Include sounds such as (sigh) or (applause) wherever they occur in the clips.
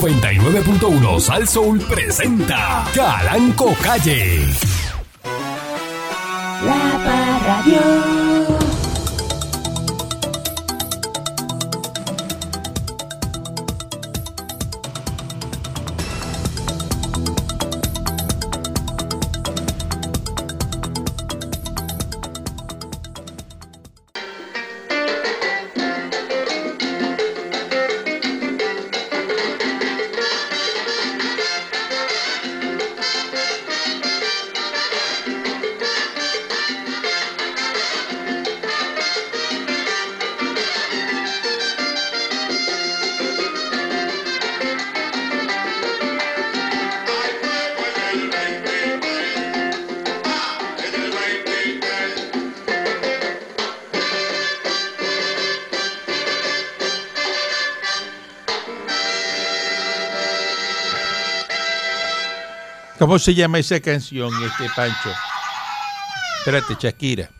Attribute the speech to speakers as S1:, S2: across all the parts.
S1: 99.1 Sal Soul presenta Calanco Calle.
S2: La Parradio.
S3: ¿Cómo se llama esa canción, este Pancho? Espérate, Shakira.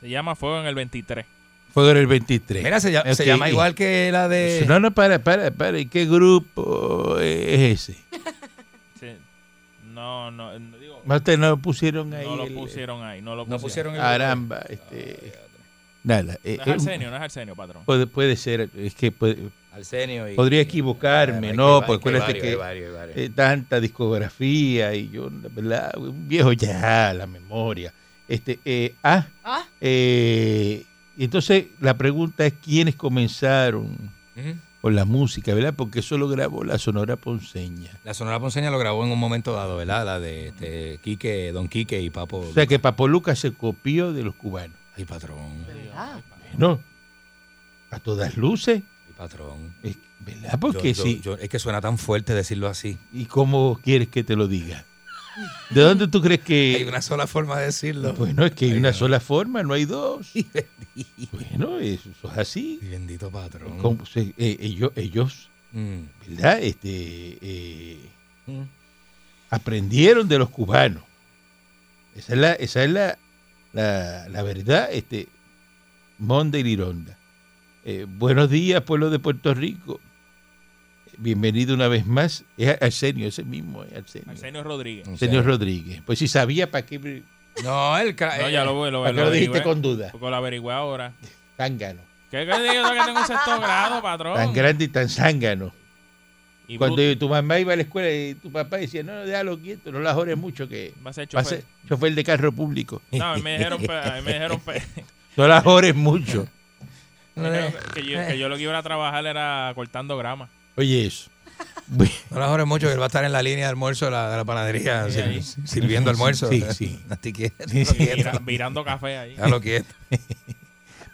S4: Se llama Fuego en el 23.
S3: Fuego en el 23.
S5: Mira, se, llama- se
S3: Ok,
S5: llama
S3: y-
S5: igual que la de.
S3: No, no, para, para, para. ¿y ¿Qué grupo es ese?
S4: Sí. No, no, no, digo,
S3: No te no pusieron ahí.
S4: no lo
S3: el- eh,
S4: pusieron ahí, no lo pusieron.
S5: No pusieron el.
S3: Caramba, este. Nada. eh,
S4: No es
S3: eh,
S4: Arsenio, no es Arsenio, patrón.
S3: puede, puede ser, es que puede-
S5: Arsenio y-
S3: podría equivocarme,
S5: Ah, hay
S3: ¿no?
S5: que-
S3: Porque
S5: hay
S3: acuérdate
S5: varios,
S3: que-
S5: hay varios, hay varios.
S3: eh, tanta discografía y yo, la verdad, un viejo ya, la memoria. Este, eh, ah,
S6: Ah.
S3: eh, entonces la pregunta es quiénes comenzaron
S5: Ujú.
S3: con la música, ¿verdad? Porque eso lo grabó la Sonora Ponceña.
S5: La Sonora Ponceña lo grabó en un momento dado, ¿verdad? La de este, Quique, Don Quique y Papo.
S3: O sea que Papo Lucas se copió de los cubanos,
S5: Ay, patrón.
S6: ¿Verdad?
S3: ¿no? A todas luces,
S5: Ay, patrón.
S3: eh, ¿verdad?
S5: Yo-
S3: Porque
S5: yo-
S3: sí.
S5: yo- es que suena tan fuerte decirlo así.
S3: ¿Y cómo quieres que te lo diga? ¿De dónde tú crees que...?
S5: Hay una sola forma de decirlo. (laughs)
S3: Bueno, es que hay
S5: Ay,
S3: una
S5: no.
S3: sola forma, no hay dos. Bueno, eso, eso es así.
S5: Ay, Bendito patrón.
S3: Como se- eh, ellos, ellos,
S5: Mm.
S3: ¿verdad? Este, eh,
S5: Mm.
S3: aprendieron de los cubanos. Esa es la, esa es la, la, la verdad, este, Monde y Lironda. Eh, buenos días, pueblo de Puerto Rico. Bienvenido una vez más. Es Arsenio, ese mismo, es Arsenio.
S4: Arsenio Rodríguez.
S5: O sea,
S3: Señor Rodríguez. Pues si sabía, ¿para qué,
S5: No, el eh, cra-
S4: No, ya lo voy, lo,
S3: para qué lo ¿eh? dijiste
S4: averigüé.
S3: con duda?
S4: Porque lo averigüé ahora.
S3: Zángano.
S4: ¿Qué crees que yo que tengo un sexto grado,
S3: Tan
S4: patrón?
S3: grande y tan zángano.
S4: Y
S3: Cuando
S4: bruto.
S3: tu mamá iba a la escuela y tu papá decía, no, no, déjalo quieto, no la jores mucho que
S4: Va a ser
S3: va a
S4: chofer.
S3: ser chofer de carro
S5: (laughs)
S3: público.
S4: No, a mí me dijeron, pe- a mí me dijeron,
S3: (laughs)
S4: pe- (laughs)
S3: No la jores mucho.
S4: me dijeron que, yo, que yo lo que iba a trabajar era cortando grama.
S3: Oye
S5: (laughs)
S3: eso.
S5: No las horas mucho que él va a estar en la línea de almuerzo de la, de la panadería
S4: Sí,
S5: sir-
S4: ahí.
S5: sirviendo almuerzo.
S3: Sí, (laughs) sí.
S5: (laughs) Así que déjalo
S4: Vira-
S5: quieto,
S4: virando
S3: (laughs)
S4: café ahí.
S5: déjalo quieto.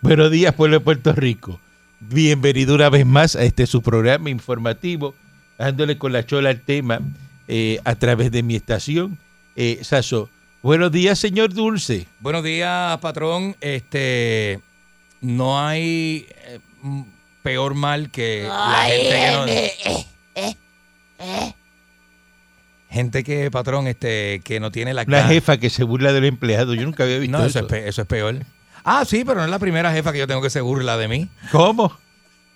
S3: Buenos días, pueblo de Puerto Rico. Bienvenido una vez más a este su programa informativo, dándole con la chola al tema eh, a través de mi estación. Eh, Saso, buenos días, señor Dulce.
S5: Buenos días, patrón. Este, no hay eh, mm, peor mal que la gente que no. Gente que, patrón, este, que no tiene la
S3: Una
S5: cara.
S3: jefa que se burla del empleado. Yo nunca había visto
S5: No, eso
S3: eso.
S5: es, pe- eso es peor. Ah, sí, pero no es la primera jefa que yo tengo que se burla de mí.
S3: ¿Cómo?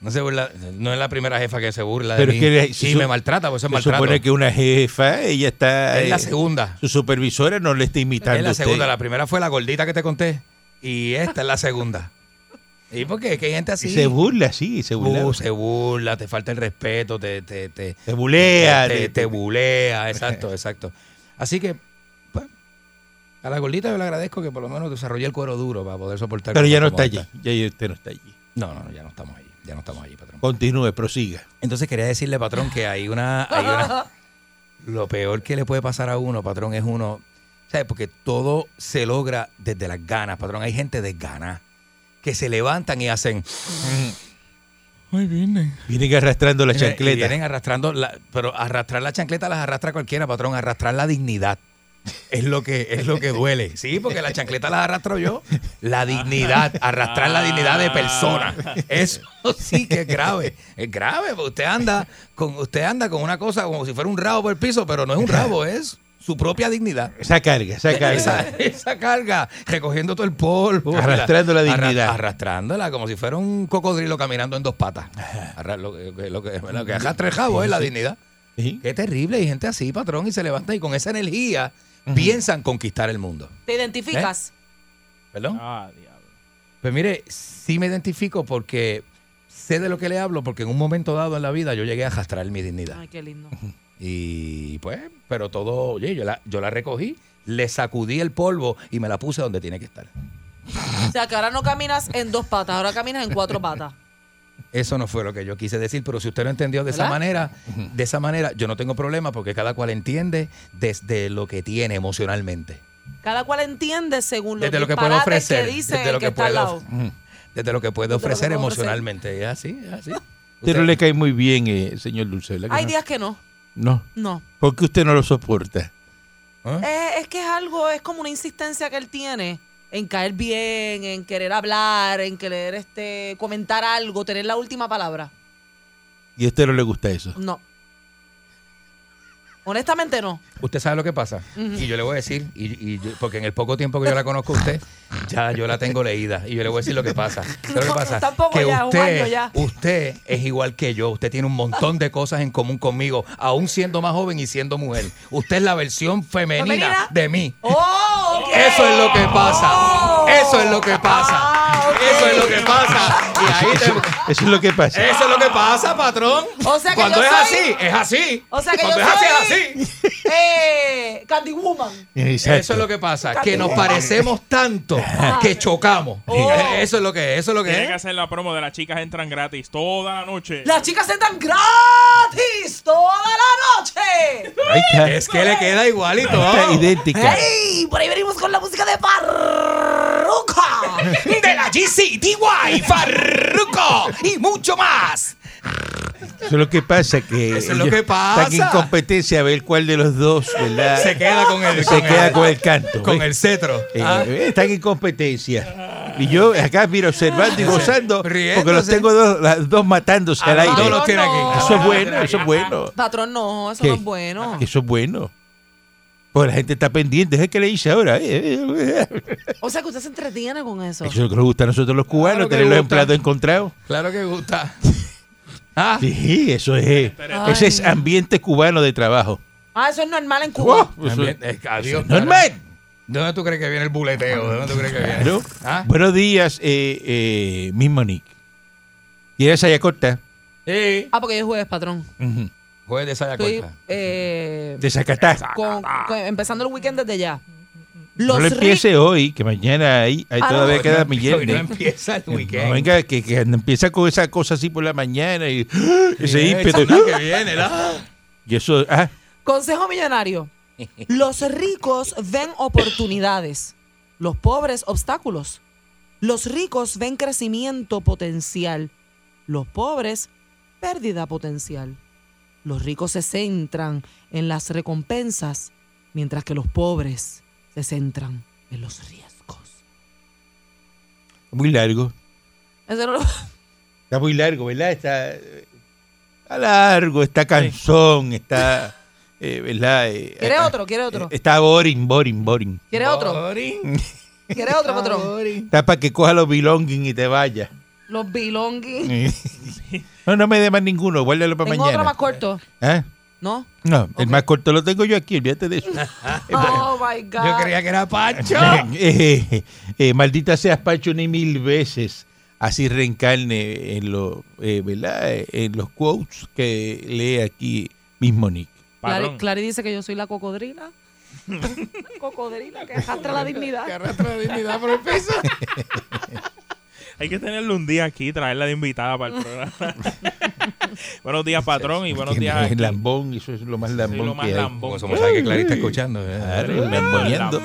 S5: No se burla, no es la primera jefa que se burla
S3: Pero
S5: de
S3: es que
S5: mí.
S3: le-
S5: Sí,
S3: se su-
S5: me maltrata, pues eso es
S3: Se
S5: maltrato.
S3: supone que una jefa, ella está...
S5: es la
S3: eh,
S5: segunda.
S3: Su supervisora no le está imitando.
S5: Es la
S3: a usted.
S5: segunda, la primera fue la gordita que te conté. Y esta es la segunda. ¿Y por qué? Que hay gente
S3: Y
S5: así.
S3: Se burla, sí, se burla.
S5: Uh, se burla, te falta el respeto, te, te, te,
S3: se bulea.
S5: te,
S3: de-
S5: te
S3: (laughs)
S5: bulea. Exacto, exacto. Así que, pues, a la gordita yo le agradezco que por lo menos desarrollé el cuero duro para poder soportar.
S3: Pero ya no
S5: cosas
S3: está
S5: como
S3: allí.
S5: esta.
S3: Ya ya usted no está allí.
S5: No, no, no, ya no estamos allí. Ya no estamos allí, patrón.
S3: Continúe, prosiga.
S5: Entonces quería decirle, patrón, que hay una,
S3: (laughs)
S5: hay una. Lo peor que le puede pasar a uno, patrón, es uno. ¿Sabes? Porque todo se logra desde las ganas, patrón. Hay gente desgana que se levantan y hacen. Ay, vienen.
S3: Vienen arrastrando la
S5: Y
S3: chancleta.
S5: vienen arrastrando. la- pero arrastrar la chancleta las arrastra cualquiera, patrón. Arrastrar la dignidad. Es lo, que, es lo que duele. Sí, porque la chancleta las arrastro yo. La dignidad, arrastrar la dignidad de persona. Eso sí que es grave. Es grave, porque usted anda con, usted anda con una cosa como si fuera un rabo por el piso, pero no es un rabo, es su propia dignidad.
S3: Esa carga, (laughs) esa carga.
S5: (laughs) Esa, esa carga, recogiendo todo el polvo.
S3: Arrastrando la dignidad.
S5: Arra- arrastrándola como si fuera un cocodrilo caminando en dos patas. Arra- lo, que- lo que- lo que, lo que arrastra el jabo es la dignidad.
S3: Sí.
S5: Qué terrible, hay gente así, patrón, y se levanta y con esa energía piensan conquistar el mundo.
S2: ¿Te identificas?
S5: ¿Eh? ¿Perdón?
S4: Ah, diablo.
S5: Pues mire, sí me identifico porque sé de lo que le hablo, porque en un momento dado en la vida yo llegué a arrastrar mi dignidad.
S2: Ay, qué lindo.
S5: Y pues, pero todo, oye, yo la, yo la recogí, le sacudí el polvo y me la puse donde tiene que estar.
S2: O sea, que ahora no caminas en dos patas, ahora caminas en cuatro patas.
S5: Eso no fue lo que yo quise decir, pero si usted lo entendió de esa
S2: ¿Verdad?
S5: manera, de esa manera, yo no tengo problema porque cada cual entiende desde lo que tiene emocionalmente.
S2: Cada cual entiende según los
S5: Desde lo que puede
S2: disparates
S5: ofrecer.
S2: que dice
S5: desde
S2: el
S5: lo
S2: que,
S5: que
S2: está al
S5: puede
S2: lado.
S5: of- desde lo que puede
S2: Desde lo que
S5: ofrecer
S2: puede ofrecer.
S5: emocionalmente. Es así,
S2: (laughs)
S5: es así.
S3: Pero
S5: Usted-
S3: le cae muy bien, eh, señor Dulcela.
S2: Hay días que no,
S3: No.
S2: no.
S3: ¿Por qué usted no lo soporta?
S5: ¿Ah?
S2: Eh, es que es algo, es como una insistencia que él tiene en caer bien, en querer hablar, en querer este comentar algo, tener la última palabra.
S3: Y a usted no le gusta eso.
S2: No. Honestamente no.
S5: Usted sabe lo que pasa. Y yo le voy a decir, y, y yo- porque en el poco tiempo que yo la conozco a usted, ya yo la tengo leída. Y yo le voy a decir lo que pasa. ¿Sabe lo que
S2: No,
S5: pasa?
S2: tampoco
S5: que
S2: ya, un
S5: usted,
S2: año ya.
S5: usted es igual que yo. Usted tiene un montón de cosas en común conmigo, aún siendo más joven y siendo mujer. Usted es la versión femenina,
S2: ¿Femenina?
S5: de mí.
S2: ¡Oh! ok.
S5: (laughs) Eso es lo que pasa.
S2: Oh.
S5: Eso es lo que pasa.
S2: Ah, ok.
S5: Eso es lo que pasa. Y ahí
S3: Ah, Eso,
S5: te-
S3: eso es lo que pasa.
S5: Eso es lo que pasa, patrón.
S2: O sea que
S5: Cuando
S2: yo
S5: es
S2: soy-
S5: así, es así.
S2: O sea que
S5: Cuando
S2: yo
S5: es así,
S2: soy-
S5: es así.
S2: ¡Eh! ¡Candy Woman!
S3: Exacto.
S5: Eh, Eso es lo que pasa, que nos parecemos tanto que chocamos.
S2: Oh.
S5: Eso es lo que es, eso es lo
S4: Tiene
S5: que
S4: que
S5: es.
S4: hacer la promo de las chicas entran gratis toda la noche.
S2: ¡Las chicas entran gratis toda la noche!
S3: Ahí está.
S5: Es que le queda igualito.
S3: Está idéntica.
S2: ¡Ey! Por ahí venimos con la música de Parruca.
S5: De la GCTY, Farruko y mucho más.
S3: Eso es lo que pasa. Que
S5: Eso es lo
S3: ellos
S5: que pasa.
S3: Están en competencia a ver cuál de los dos, ¿verdad?
S5: Se queda con el,
S3: Se queda con el canto.
S5: con
S3: ¿ves?
S5: el cetro.
S3: Eh,
S5: Ah,
S3: eh, están en competencia. Y yo acá, mira, observando y gozando, porque los
S5: Riéndose.
S3: tengo dos, las dos matándose
S5: a
S3: al
S5: los
S3: aire.
S5: dos los ah, tiene aquí.
S2: No.
S3: Eso es bueno, eso es bueno.
S2: Patrón, no, eso
S3: ¿Qué?
S2: no es bueno.
S3: Eso es bueno. Pues la gente está pendiente. ¿Qué le dice ahora? Eh, eh, eh.
S2: O sea que usted se entretiene con eso.
S3: Eso es lo que nos gusta a nosotros los cubanos,
S5: Claro que
S3: tener los
S5: gusta.
S3: empleados encontrados.
S5: Claro que gusta. (laughs) Ah,
S3: Sí, eso es. eh,
S2: Ay.
S3: Ese es ambiente cubano de trabajo.
S2: Ah, eso es normal en Cuba.
S3: ¡Wow! Eso
S5: también,
S3: es-
S5: eh, adiós.
S3: ¡Normal!
S5: ¿De dónde tú crees que viene el buleteo? ¿De dónde tú crees que viene?
S3: Claro.
S5: Ah.
S3: Buenos días, eh, eh, Miss Monique. ¿Quieres allá corta?
S5: Sí.
S2: Ah, porque hoy es jueves, patrón.
S5: Jueves de Saya
S2: Estoy
S5: Corta.
S2: eh,
S3: ¿De Zacatá?
S2: con- con- empezando el weekend desde ya.
S3: No
S2: Los
S3: lo
S2: ricos.
S3: empiece hoy, que mañana ahí, ahí
S2: Ah,
S3: todavía
S2: no.
S3: queda
S5: Hoy no- hoy
S3: millones.
S5: no empieza el weekend.
S3: No, venga, que, que empieza con esa cosa así por la mañana y (gasps) ese
S5: Sí,
S3: ímpetu.
S5: esa es la que (laughs) viene, ¿no?
S3: Y eso, ah,
S2: Consejo millonario. Los ricos ven oportunidades, los pobres obstáculos. Los ricos ven crecimiento potencial, los pobres pérdida potencial. Los ricos se centran en las recompensas, mientras que los pobres se centran en los riesgos.
S3: muy largo.
S2: Eso no lo- (laughs)
S3: Está muy largo, ¿verdad? Está, eh, está largo, está cansón, está, eh, ¿verdad? Eh,
S2: ¿Quiere
S3: eh,
S2: otro? ¿Quiere otro?
S3: eh, está boring, boring, boring.
S2: ¿Quiere otro?
S5: Boring.
S2: ¿Quiere otro, patrón?
S5: Boring.
S3: Está para que coja los belonging y
S2: (laughs)
S3: te vaya.
S2: Los bilongui.
S3: No, no me dé más ninguno, guárdalo para
S2: Tengo otro
S3: mañana.
S2: más corto,
S3: ¿Ah?
S2: ¿no?
S3: No, el más corto lo tengo yo aquí, olvídate
S2: (laughs)
S3: de eso.
S2: Oh, my God.
S5: Yo creía que era (laughs) Pancho.
S3: Eh, eh, (laughs) eh, maldita seas, Pacho, ni mil veces así reencarne en, lo, eh, ¿verdad? Eh, en los quotes que lee aquí mismo Nick.
S2: Clary,
S4: Patrón.
S2: Clary dice que yo soy la cocodrila. (laughs) cocodrila que arrastra la
S5: Que
S2: dignidad.
S5: arrastra la dignidad por el piso.
S4: Hay que tenerle un día aquí, traerla de invitada para
S5: (laughs)
S4: el programa. buenos días, patrón, y buenos
S3: Que
S4: días.
S3: es
S4: aquí.
S3: lambón, eso es lo más
S4: Soy
S3: lambón
S4: lo más
S3: que hay.
S4: lambón.
S5: (laughs) Como sabe que Clarita está escuchando. ¿eh?
S3: Claro, lamboneando.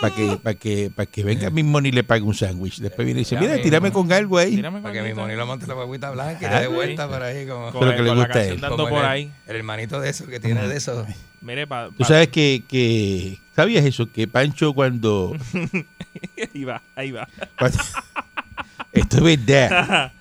S3: Para que, pa' que, pa' que
S4: Eh.
S3: venga mismo ni le pague un sándwich. Después viene y dice,
S5: Ya
S3: mira,
S5: mismo.
S3: tírame con algo ahí.
S4: Tírame
S5: Para que mi
S4: con
S5: monilo monte la guaguita blanca y le dé vuelta por ahí como...
S4: con-
S3: Pero que le
S4: con la
S3: gusta a él.
S4: canción
S5: como
S4: dando
S5: el-
S4: por ahí.
S5: El hermanito de eso que tiene de eso.
S4: Mire, pa,
S3: Tú
S4: pa-
S3: sabes que, que- ¿sabías eso? Que Pancho
S4: (laughs)
S3: cuando...
S4: (laughs) ahí va, ahí va.
S3: cuando- (laughs) esto es verdad.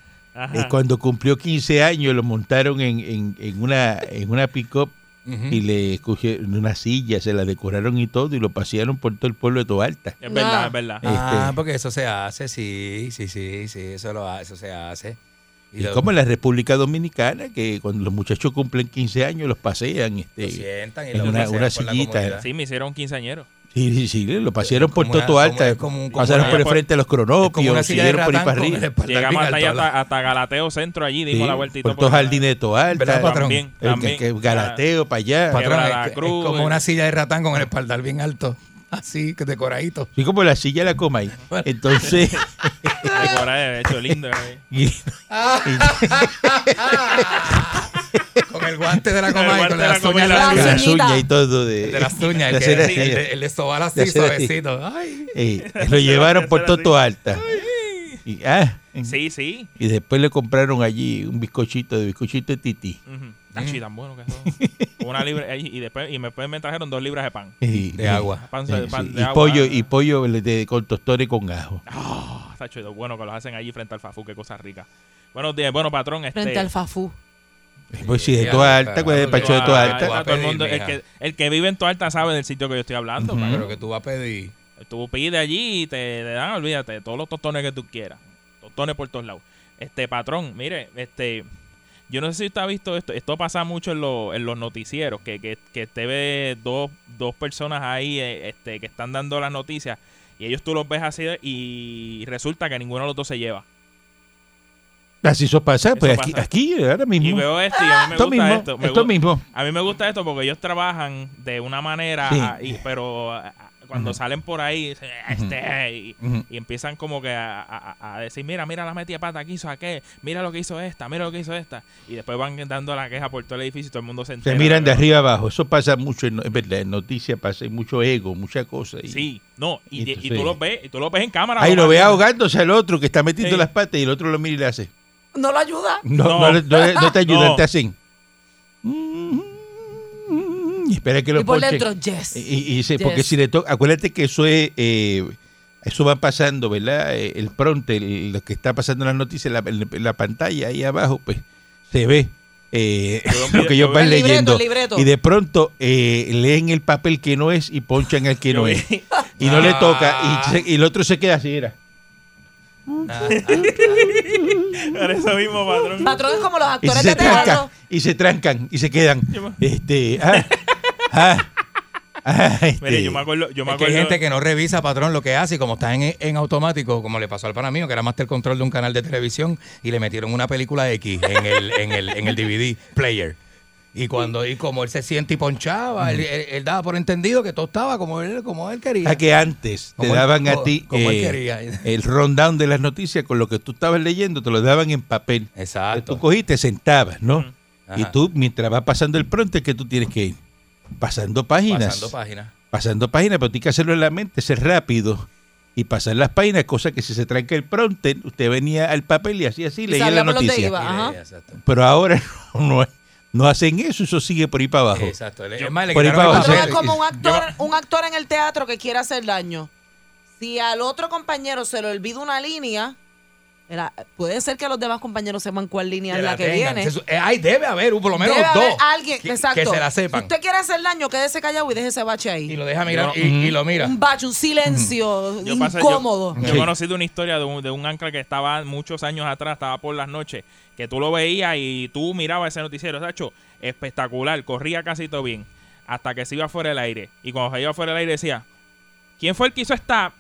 S3: Eh, cuando cumplió 15 años lo montaron en, en- en una, en una pick-up
S5: Ujú.
S3: y le escuché una silla, se la decoraron y todo, y lo pasearon por todo el pueblo de Toalta.
S4: Es verdad,
S2: No.
S4: es verdad.
S5: Ah,
S3: Este-
S5: porque eso se hace, sí, sí, sí, sí, eso, lo, ha- eso se hace.
S3: Y
S5: lo-
S3: como en la República Dominicana, que cuando los muchachos cumplen 15 años, los pasean.
S5: lo
S3: Este,
S5: sientan y
S3: en
S5: lo
S3: una-
S5: pasean
S3: una
S5: por la
S3: sillita,
S5: comunidad.
S4: Sí, me hicieron quinceañero.
S3: sí, sí, sí, lo pasearon por
S5: Como
S3: todo
S5: una-
S3: Toalta,
S5: como- como- como
S3: pasaron
S4: una-
S3: por el frente de los
S5: Es como una
S3: cronopios,
S5: silla de
S3: siguieron por ahí
S5: ratán
S3: para
S5: con el
S3: arriba.
S5: espaldar bien
S4: Llegamos hasta, allá,
S5: alto, ¿verdad?
S4: hasta, hasta Galateo Centro allí, dimos
S3: Sí,
S4: la vueltita.
S3: por todos
S4: la-
S3: jardines de
S5: ¿Verdad,
S3: Toalta,
S5: patrón?
S4: También,
S3: el
S4: también.
S3: que- que Galateo para allá.
S5: Patrón,
S4: Quebra
S5: es-
S4: la
S5: es
S4: cruz,
S5: como
S4: eh.
S5: una silla de ratán con el espaldar bien alto, (laughs) así, que decoradito.
S3: Sí, como la silla la coma ahí. Entonces,
S4: Decorar, de hecho, lindo. eh.
S3: y-
S5: (laughs) Con el guante de la
S4: (laughs) Con el
S5: coma y
S4: guante
S5: con
S4: de la
S5: las
S4: coma y
S5: uñas
S4: la-
S3: con las
S5: largas.
S2: Uñita.
S3: uñas y todo. De,
S5: De las uñas, el
S3: de
S5: que-
S3: hacer así,
S5: el de- el de sobar
S3: de
S5: así,
S3: hacer así.
S5: suavecito. Ay.
S3: eh,
S5: (laughs)
S3: lo llevaron por Toto Alta. Y, ah,
S4: Sí, sí.
S3: y después le compraron allí un bizcochito de bizcochito de tití.
S4: Ujú. Tachi, tan bueno
S3: (laughs)
S4: que eso. Una libra ahí, y después y después me trajeron dos libras de pan.
S3: Y-
S5: De
S3: y-
S5: agua.
S4: Pan,
S3: sí,
S4: de pan
S3: sí,
S4: de
S3: y
S4: agua.
S3: pollo y pollo de- con tostones con ajo.
S4: Ah, Tacho, y lo bueno que los hacen allí frente al Fafú, qué cosa rica. Buenos días, bueno, patrón. Este,
S2: frente al Fafú.
S3: Pues si de
S5: ya,
S4: ah,
S3: Toa
S5: claro,
S3: alta, pues de
S5: claro,
S3: Pancho de
S5: claro,
S3: Toa
S5: claro,
S3: alta.
S5: claro.
S4: a todo el mundo,
S5: Pedir,
S4: el, que, el que vive en Toa Alta sabe del sitio que yo estoy hablando.
S3: Ujú.
S4: patrón.
S5: Pero que tú vas a pedir.
S4: Tú pides allí y te, te dan, olvídate, todos los tostones que tú quieras. Tostones por todos lados. Este, patrón, mire, este... Yo no sé si usted ha visto esto. Esto pasa mucho en, lo- en los noticieros, que, que, que te ve dos, dos personas ahí eh, este, que están dando las noticias y ellos tú los ves así y resulta que ninguno de los dos se lleva.
S3: Así eso pasa, pues
S4: Eso
S3: aquí,
S4: pasa.
S3: aquí, ahora
S4: Y
S3: mismo.
S4: veo esto y a mí me
S3: Esto
S4: gusta
S3: mismo,
S4: esto. Me
S3: esto
S4: gu-
S3: mismo.
S4: A mí me gusta esto porque ellos trabajan de una manera,
S3: Sí.
S4: ah, y- pero ah, ah, cuando salen por ahí, dicen, "Ah, este, y,
S3: Ujú.
S4: y empiezan como que a, a- a decir, mira, mira la metida pata que hizo aquel, mira lo que hizo esta, mira lo que hizo esta. Y después van dando la queja por todo el edificio y todo el mundo se entera.
S3: Se miran de
S4: pero-
S3: arriba abajo. Eso pasa mucho, en, es verdad, en noticias pasa hay mucho ego, muchas cosas. y-
S4: Sí, no,
S3: Y
S4: y, y
S3: entonces-
S4: tú los ves, y tú los ves en cámara.
S3: Ahí lo
S4: más (laughs)
S3: ve
S4: bien.
S3: ahogándose al otro que está metiendo
S4: Sí.
S3: las patas y el otro lo mira y le hace.
S2: ¿No lo ayuda?
S3: No,
S4: No.
S3: no, le- no le- no te ayudan,
S4: (laughs) No.
S3: te hacen. Mm, Y espera que lo
S2: Y por
S3: ponchen.
S2: dentro, yes.
S3: Y, y- y dice,
S2: Yes.
S3: porque si le toca, acuérdate que eso es, eh, eso va pasando, ¿verdad? Eh, El pronto, lo que está pasando en las noticias, la, en la pantalla ahí abajo, pues se ve eh,
S4: Yo-
S3: (laughs) lo que ellos
S4: yo-
S3: van
S2: El libreto,
S3: leyendo.
S2: el libreto.
S3: Y de pronto eh, leen el papel que no es y ponchan al que
S4: Yo
S3: no
S4: vi- (laughs)
S3: es. Y no le toca, y,
S5: Ah.
S3: se- y el otro se queda así, era.
S5: Ah,
S4: Pero eso mismo, patrón.
S2: Patrón es como los
S3: Y
S2: actores
S3: se,
S2: de
S3: trancan,
S2: teatro.
S3: y se trancan, y se quedan.
S4: Yo me-
S3: Este, ah, ah, ah, este.
S4: Mire, yo me acuerdo, yo me
S5: Es que hay
S4: acuerdo-
S5: gente que no revisa, patrón, lo que hace y como está en, en automático, como le pasó al pana mío, que era master control de un canal de televisión y le metieron una película X en el, en el, en el DVD player. Y cuando y como él se siente y ponchaba, él, él- él daba por entendido que todo estaba como él, como él quería.
S3: Ah, que antes te
S5: Como él-
S3: daban a
S5: como-
S3: ti
S5: como él
S3: eh,
S5: quería.
S3: el rundown de las noticias con lo que tú estabas leyendo, te lo daban en papel. Tú
S5: Exacto. Mm.
S3: cogiste, sentabas, ¿no?
S5: Ajá.
S3: Y tú, mientras va pasando el pronto, es que tú tienes que ir pasando páginas.
S5: Pasando páginas.
S3: pasando páginas, pero tiene que hacerlo en la mente, ser rápido y pasar las páginas, cosa que si se tranca el prompter, usted venía al papel y así, así, leía la
S2: sabía por dónde
S3: noticia.
S2: iba. Ajá.
S5: Exacto.
S3: Pero ahora (laughs) no, no hacen eso, eso sigue por ahí para abajo.
S5: Exacto. Él- es más, le
S3: Por ahí
S5: quitaron
S3: para abajo.
S5: el
S2: Patrón
S5: papel.
S2: es como un actor, un actor en el teatro que quiere hacer daño. Si al otro compañero se le olvida una línea, era- puede ser que los demás compañeros sepan cuál línea es la que
S5: tengan.
S2: viene.
S5: Se su- eh, Ay, debe haber un- por lo menos
S2: Debe
S5: dos.
S2: haber alguien,
S5: que,
S2: exacto.
S5: que se la sepan.
S2: Si usted quiere hacer daño, quédese callado y deje ese bache
S5: Y
S2: ahí.
S5: lo deja mirar
S4: Yo-
S5: y, y lo mira.
S2: Un bache, un silencio
S4: Yo pasé- yo-
S2: incómodo.
S4: Yo,
S3: Sí.
S4: he conocido una historia de un, de un ancla que estaba muchos años atrás, estaba por las noches, que tú lo veías y tú mirabas ese noticiero, Sacho, espectacular, corría casi todo bien, hasta que se iba fuera del aire. Y cuando se iba fuera del aire decía, ¿quién fue el que hizo esta?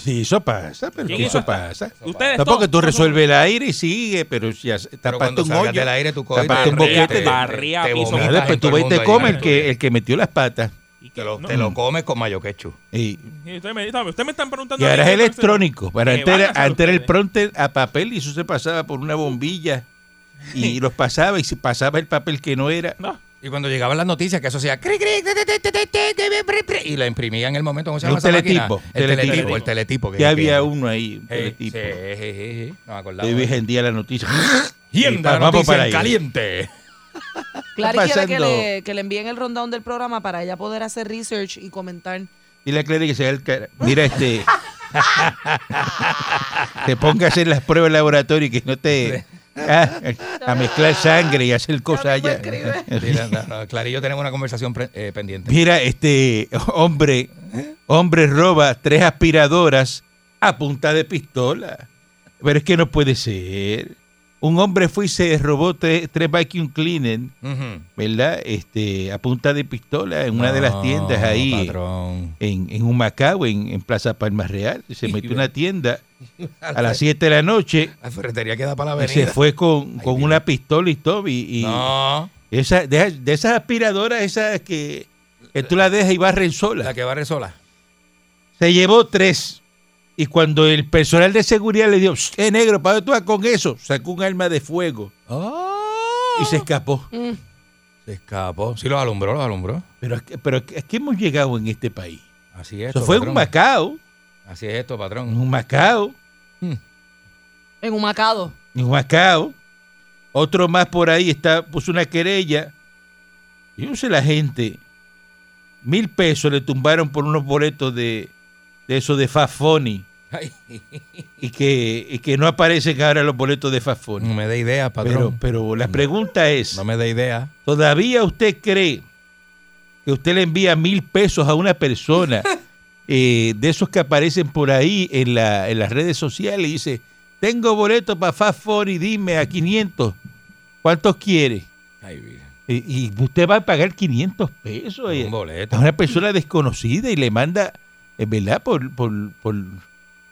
S3: Sí, eso pasa, pero
S4: Sí,
S3: que eso
S4: eso
S3: pasa.
S4: Ustedes
S3: Tampoco
S4: todos-
S3: tú resuelves el aire y sigue, pero si has-
S5: Pero
S3: tapaste
S5: cuando
S3: un
S5: salgas
S3: hoyo.
S5: del aire, tú coges y
S3: tapaste un
S5: barría-
S3: boquete.
S5: te- te-
S4: Barría
S5: te
S4: piso.
S5: vomitas
S3: Nada,
S5: en
S3: pues tú
S5: todo el
S3: ve y te
S5: mundo ahí,
S3: come el
S5: ¿no?
S3: que, el que metió las patas.
S4: Y
S5: Te
S4: que-
S5: lo,
S4: no.
S5: te lo comes con mayo quechu.
S3: Y,
S4: Y ustedes me, me están preguntando...
S3: y
S4: a
S3: ahora
S4: mí
S3: es
S4: qué fue el que hizo-
S3: electrónico. Para
S4: Que
S3: antes, era-
S4: van a hacer
S3: antes era el
S4: ustedes.
S3: pronter a papel y eso se pasaba por una bombilla y los pasaba y si pasaba el papel que no era.
S4: No,
S5: Y cuando llegaban las noticias, que eso hacía cri, cri, te, te, te, te, te, te, te, pri, pri, y la imprimía en el momento. ¿Cómo se
S3: Un
S5: llama esa máquina?
S3: teletipo,
S5: El
S3: teletipo.
S5: teletipo, el teletipo. que-
S3: Ya había
S5: que-
S3: uno ahí, un
S5: Sí,
S3: teletipo.
S5: Sí, sí, sí, sí, no me acordaba.
S3: De hoy en día la noticia.
S5: Y
S3: Y
S5: en
S3: pa-
S5: la
S3: vamos
S5: noticia
S3: para
S5: en
S3: ahí.
S5: (laughs) caliente.
S2: Clary
S3: pasando?
S2: quiere que le, que le envíen el rundown del programa para ella poder hacer research y comentar.
S3: Dile a Clary que se haga el cara. Mira este. (laughs) te ponga a hacer las pruebas de laboratorio y que no te. Ah, a mezclar sangre y hacer cosas allá.
S5: Sí, no, no, no, Clary y yo tenemos una conversación pre- eh, pendiente.
S3: (laughs) Mira, este hombre, hombre roba tres aspiradoras a punta de pistola. Pero es que no puede ser. Un hombre fue y se robó tres, tres vacuum cleaner,
S5: Ujú.
S3: ¿verdad? Este, a punta de pistola en una de las
S5: No,
S3: tiendas ahí
S5: patrón.
S3: en, en Humacao, en, en Plaza Palma Real. Se metió a una tienda a las 7 de la noche
S5: La ferretería queda para la
S3: y se
S5: avenida.
S3: fue con,
S5: Ay,
S3: con
S5: mira.
S3: una pistola y todo. Y, y-
S5: No,
S3: Esa, de, de esas aspiradoras, esas que, que tú la dejas y barren
S5: la
S3: sola.
S5: que barre sola.
S3: Se llevó tres. Y cuando el personal de seguridad le dio, "Shh, eh, negro, ¿para dónde tú vas con eso? Sacó un arma de fuego
S5: ¡Oh!
S3: y se escapó.
S5: Se escapó. Sí, los alumbró, los alumbró.
S3: Pero, es que- pero es que- es que hemos llegado en este país.
S5: Así es.
S3: Eso
S5: esto,
S3: fue en
S5: patrón.
S3: un Macao,
S5: Así es esto,
S3: en
S5: patrón.
S3: un Macao,
S2: En un macado.
S3: en un Macao. Otro más por ahí está, puso una querella. Yo no sé la gente. Mil pesos le tumbaron por unos boletos de, de eso de Fast Funny.
S5: Ay,
S3: y que, y que no aparecen ahora los boletos de Fast Food.
S5: no me dé ideas,
S3: Pero,
S5: Mm, patrón.
S3: pero la pregunta es,
S5: no me dé ideas.
S3: ¿todavía usted cree que usted le envía mil pesos a una
S5: (laughs)
S3: persona eh, de esos que aparecen por ahí en, la- en las redes sociales y dice, tengo boletos para Fast Food y dime a 500, ¿cuántos quiere?
S5: Ay, mira.
S3: Y, y usted va a pagar 500 pesos eh,
S5: Un boleto.
S3: a una persona desconocida y le manda, eh, ¿verdad? Por, por- por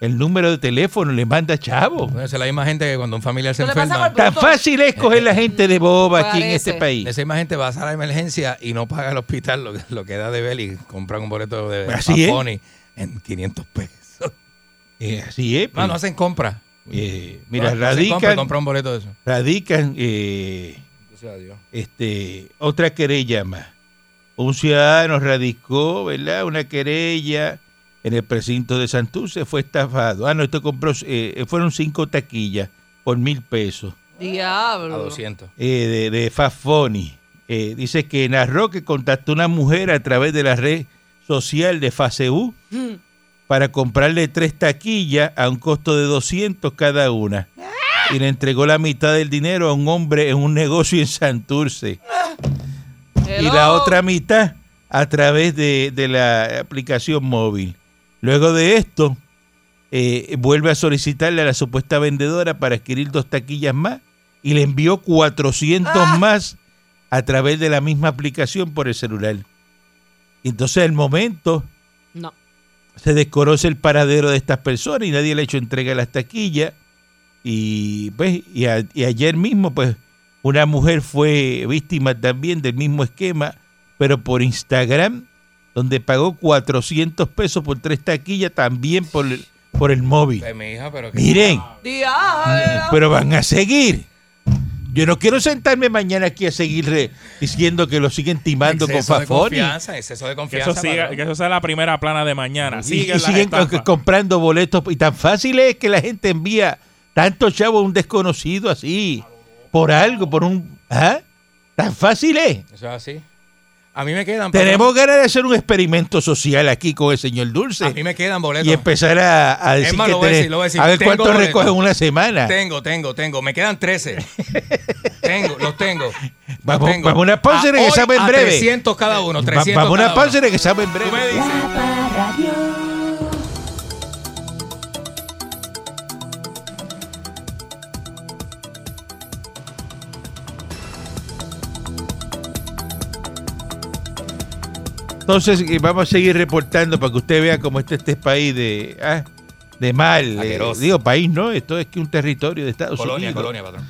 S3: el número de teléfono, le manda chavo.
S5: Esa es la misma gente que cuando un familiar se
S2: Eso le pasa
S5: enferma.
S2: por-
S3: Tan fácil es coger la gente de boba aquí en
S2: Parece.
S3: este país.
S5: Esa misma gente va a la emergencia y no paga el hospital lo, lo que da de ver y compran un boleto de
S3: Pues Así
S5: Bad
S3: es.
S5: Bunny en 500 pesos.
S3: Eh, así es.
S5: No, no
S3: pues.
S5: hacen compra.
S3: Eh, mira,
S5: No, no hacen compra,
S3: radican,
S5: compran un boleto de eso.
S3: radican eh, este, otra querella más. Un ciudadano radicó, ¿verdad? Una querella en el precinto de Santurce, fue estafado. Ah, no, esto compró, eh, fueron cinco taquillas por mil pesos
S5: A
S2: Diablo.
S5: 200.
S3: eh, de, de Fast Funny. Eh, dice que narró que contactó una mujer a través de la red social de Facebook
S2: Mm.
S3: para comprarle tres taquillas a un costo de 200 cada una. Y le entregó la mitad del dinero a un hombre en un negocio en Santurce. Y la
S2: Hello.
S3: otra mitad a través de, de la aplicación móvil. Luego de esto, eh, vuelve a solicitarle a la supuesta vendedora para adquirir dos taquillas más y le envió 400 más a través de la misma aplicación por el celular. Y Entonces, al momento,
S2: No.
S3: se desconoce el paradero de estas personas y nadie le ha hecho entrega a las taquillas. Y, pues, y, a- y ayer mismo, pues, una mujer fue víctima también del mismo esquema, pero por Instagram, donde pagó 400 pesos por tres taquillas también por el, por el móvil.
S5: Ay, mi hija, pero que-
S3: Miren,
S2: Diablo.
S3: (laughs) pero van a seguir. Yo no quiero sentarme mañana aquí a seguir re- diciendo que lo siguen timando con
S5: Exceso de
S3: Fafoni.
S5: confianza, exceso de
S4: Que eso,
S5: confianza.
S4: siga,
S5: patrón.
S4: que eso sea la primera plana de mañana.
S3: Y,
S4: Sigue
S3: y
S4: la
S3: siguen
S4: estafa.
S3: co- comprando boletos. Y tan fácil es que la gente envía tanto chavo a un desconocido así, por algo, por un... ¿Ah? Tan fácil es.
S5: Eso es así. A mí me quedan. patrón.
S3: Tenemos ganas de hacer un experimento social aquí con el señor
S5: A
S3: Dulce
S5: mí me quedan boletos.
S3: y empezar a, a decir
S5: más,
S3: que
S5: lo voy a
S3: tenés-
S5: decir, lo voy a decir.
S3: a ver
S5: Tengo
S3: cuánto
S5: boletos.
S3: recogen una semana.
S5: Tengo, tengo, tengo. Me quedan 13. tengo, los tengo. Los
S3: Vamos-
S5: tengo. Ah,
S3: vamos a una pausa y
S5: hoy
S3: regresamos en
S5: a
S3: breve.
S5: 300 cada uno.
S3: Va-
S5: 300
S3: Vamos a
S5: cada
S3: una pausa y
S5: uno.
S3: regresamos en breve.
S5: Tú me dices.
S6: Guapa Radio.
S3: Entonces eh, vamos a seguir reportando para que usted vea cómo está este país de, ah, de mal. eh,
S5: Asqueroso.
S3: digo, país no, esto es que un territorio de Estados
S5: Colonia,
S3: Unidos.
S5: colonia, patrón.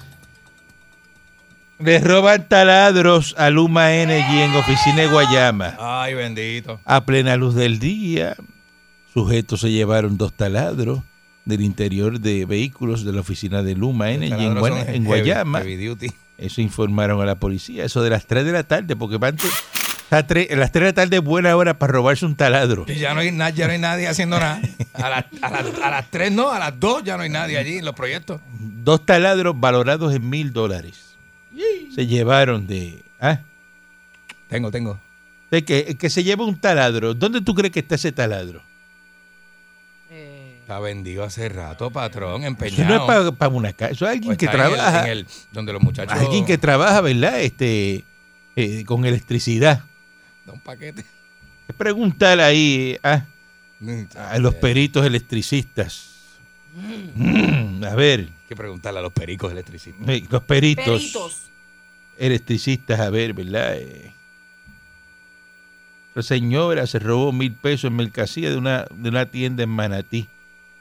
S3: Le roban taladros a Luma Energy en oficina de Guayama.
S5: Ay, bendito.
S3: A plena luz del día, sujetos se llevaron dos taladros del interior de vehículos de la oficina de Luma Energy en,
S5: Taladros
S3: Guana- en
S5: son eh, heavy-
S3: Guayama.
S5: heavy duty.
S3: Eso informaron a la policía. Eso de las 3 de la tarde, porque antes, a tre- a las 3 de la tarde es buena hora para robarse un taladro.
S5: Y Ya no, hay, na- ya no hay nadie haciendo nada. A, las- a las- a las 3 no, a las 2 ya no hay nadie allí en los proyectos.
S3: Dos taladros valorados en mil dólares. Se llevaron de... ¿ah?
S5: Tengo, tengo.
S3: De que, que se lleva un taladro. ¿Dónde tú crees que está ese taladro?
S2: Eh,
S5: Está vendido hace rato, patrón,
S3: Eso no es
S5: empeñado.
S3: para una casa, eso es alguien
S5: O
S3: que
S5: Pues está en el-
S3: trabaja.
S5: en el- donde los muchachos.
S3: Alguien que trabaja, ¿verdad? Este, eh, con electricidad.
S5: Da un paquete.
S3: Es preguntar ahí eh, a, a los peritos electricistas. Mm, a ver,
S5: Hay que preguntarle a los pericos electricistas.
S3: eh, los peritos,
S2: Peritos.
S3: electricistas, a ver, ¿verdad? Eh, la señora se robó mil pesos en mercancía de una, de una tienda en Manatí.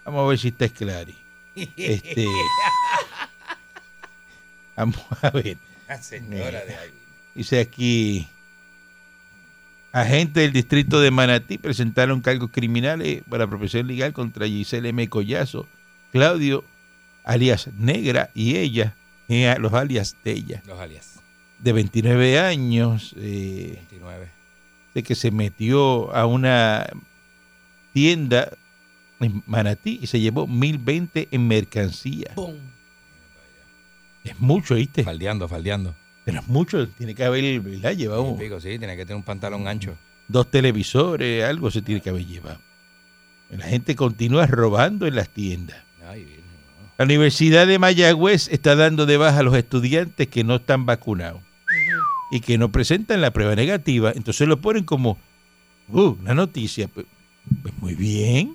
S3: Vamos a ver si está claro. Este, vamos a ver.
S5: La
S3: señora
S5: Ah, de ahí.
S3: Dice aquí, agentes del distrito de Manatí presentaron cargos criminales para profesión legal contra Giselle M. Collazo, Claudio, alias Negra, y ella, y a- los alias de ella,
S5: Los alias.
S3: de 29 años, eh,
S5: 29.
S3: de que se metió a una tienda en Manatí y se llevó 1020 en mercancía.
S2: Boom.
S3: Es mucho, ¿viste?
S5: Faldeando, faldeando.
S3: Pero es mucho, tiene que haber, ¿verdad? Llevado
S5: Sí, pico, sí, tiene que tener un pantalón ancho.
S3: dos televisores, algo se tiene que haber llevado. La gente continúa robando en las tiendas.
S5: Ay, virgen, no.
S3: La Universidad de Mayagüez está dando de baja a los estudiantes que no están vacunados y que no presentan la prueba negativa. Entonces lo ponen como uh, una noticia. Pues, pues muy bien.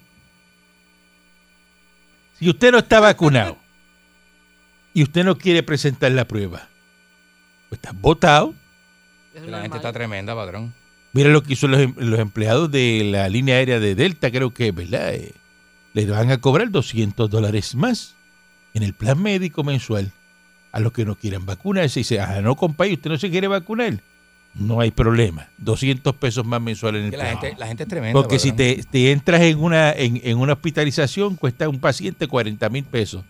S3: Si usted no está vacunado y usted no quiere presentar la prueba, pues está votado.
S2: Es
S5: La gente está
S2: normal.
S5: tremenda, patrón.
S3: Mira lo que hizo los, em- los empleados de la línea aérea de Delta, creo que, ¿verdad? Eh, les van a cobrar 200 dólares más en el plan médico mensual a los que no quieran vacunarse. Y dice, ah, no, compadre, usted no se quiere vacunar. No hay problema. 200 pesos más mensual en el
S5: Que la,
S3: plan.
S5: gente, la gente es tremenda.
S3: Porque si
S5: patrón.
S3: te, te entras en una, en, en una hospitalización, cuesta un paciente 40 mil pesos.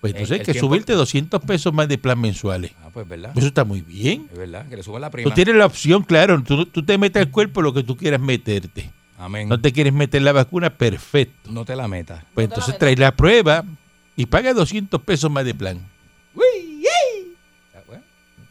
S3: Pues
S5: En-
S3: entonces hay
S5: Eh, el
S3: que
S5: tiempo-
S3: subirte 200 pesos más de plan mensuales.
S5: Ah, pues verdad.
S3: Eso está muy bien.
S5: Es verdad, que le suban la
S3: Tú
S5: prima.
S3: tienes la opción, claro. Tú, tú te metes al cuerpo lo que tú quieras meterte.
S5: Amén.
S3: No te quieres meter la vacuna, perfecto.
S5: No te la metas.
S2: No
S3: Pues
S2: te la
S3: entonces
S2: metas.
S3: traes la prueba y paga 200 pesos más de plan.
S5: Ah, bueno.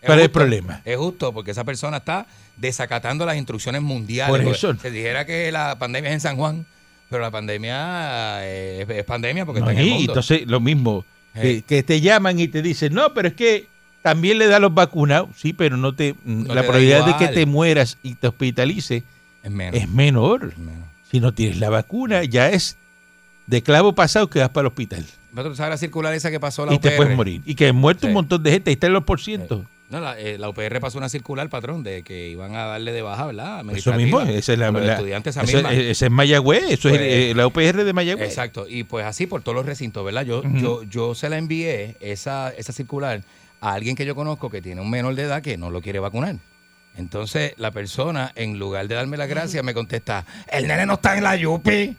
S5: Es
S3: ¿Cuál es el
S5: justo.
S3: problema?
S5: Es justo, porque esa persona está desacatando las instrucciones mundiales.
S3: Por
S5: Porque
S3: eso.
S5: Se dijera que la pandemia es en San Juan, pero la pandemia eh, es, es pandemia porque
S3: No,
S5: está en
S3: y
S5: el mundo.
S3: entonces lo mismo.
S5: Eh.
S3: Que, que te llaman y te dicen, no, pero es que también le da a los vacunados. Sí, pero no te,
S5: te
S3: la
S5: da
S3: probabilidad de
S5: igual.
S3: que te mueras y te hospitalices
S5: es menos.
S3: es menor.
S5: es menos.
S3: Si no tienes la vacuna, ya es de clavo pasado que vas para el hospital.
S5: Pero tú sabes la circular esa que pasó la
S3: Y
S5: UPR.
S3: te puedes morir. Y que han muerto
S5: Sí.
S3: un montón de gente. Ahí están los por cientos.
S5: No, la, eh, la UPR pasó una circular, patrón, de que iban a darle de baja, ¿verdad?
S3: Eso mismo,
S5: Administrativa.
S3: esa es la,
S5: A los
S3: la-
S5: estudiantes esa
S3: esa-
S5: misma.
S3: esa es Mayagüez, eso es
S5: Pues,
S3: eh, la UPR de Mayagüez.
S5: Exacto, y pues así por todos los recintos, ¿verdad? Yo,
S3: Ujú.
S5: yo, yo se la envié, esa, esa circular, a alguien que yo conozco que tiene un menor de edad que no lo quiere vacunar. Entonces la persona, en lugar de darme las gracias, me contesta, el nene no está en la yupi.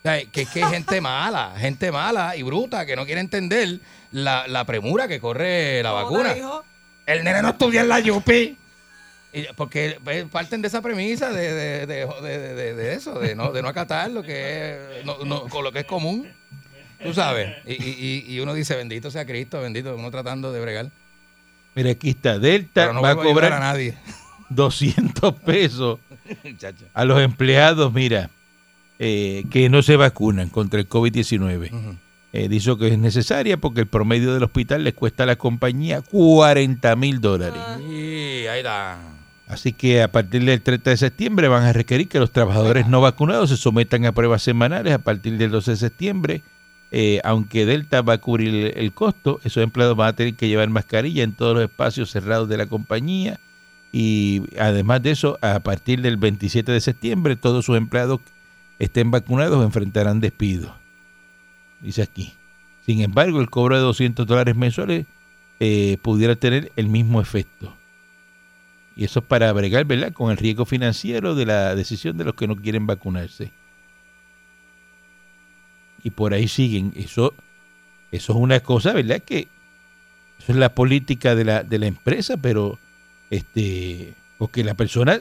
S5: O sea, Que es que hay gente mala, gente mala y bruta que no quiere entender la, la premura que corre la
S2: ¿Cómo
S5: vacuna.
S2: dijo?
S5: El nene no estudia en la Yupi. Y- Porque pues, parten de esa premisa de, de- de- de- de- de eso, de no, de no acatar lo que es, no- no- con lo que es común. Tú sabes. Y, y- y- y uno dice, bendito sea Cristo, bendito, uno tratando de bregar.
S3: Mira, aquí está Delta,
S5: Pero no
S3: va a
S5: vuelvo ayudar a
S3: cobrar
S5: nadie. (laughs)
S3: 200 (laughs) pesos
S5: Chacho.
S3: a los empleados, mira, eh, que no se vacunan contra el COVID-19.
S5: Ujú.
S3: Eh, dice que es necesaria porque el promedio del hospital les cuesta a la compañía 40 mil dólares.
S5: Y ahí está.
S3: Así que a partir del 30 de septiembre van a requerir que los trabajadores no vacunados se sometan a pruebas semanales a partir del 12 de septiembre. Eh, aunque Delta va a cubrir el, el costo, esos empleados van a tener que llevar mascarilla en todos los espacios cerrados de la compañía. Y además de eso, a partir del 27 de septiembre, todos sus empleados que estén vacunados enfrentarán despidos. Dice aquí. Sin embargo, el cobro de 200 dólares mensuales eh, pudiera tener el mismo efecto. Y eso es para bregar, ¿verdad?, con el riesgo financiero de la decisión de los que no quieren vacunarse. Y por ahí siguen. Eso, eso es una cosa, ¿verdad?, que eso es la política de la, de la empresa, pero este, porque la persona,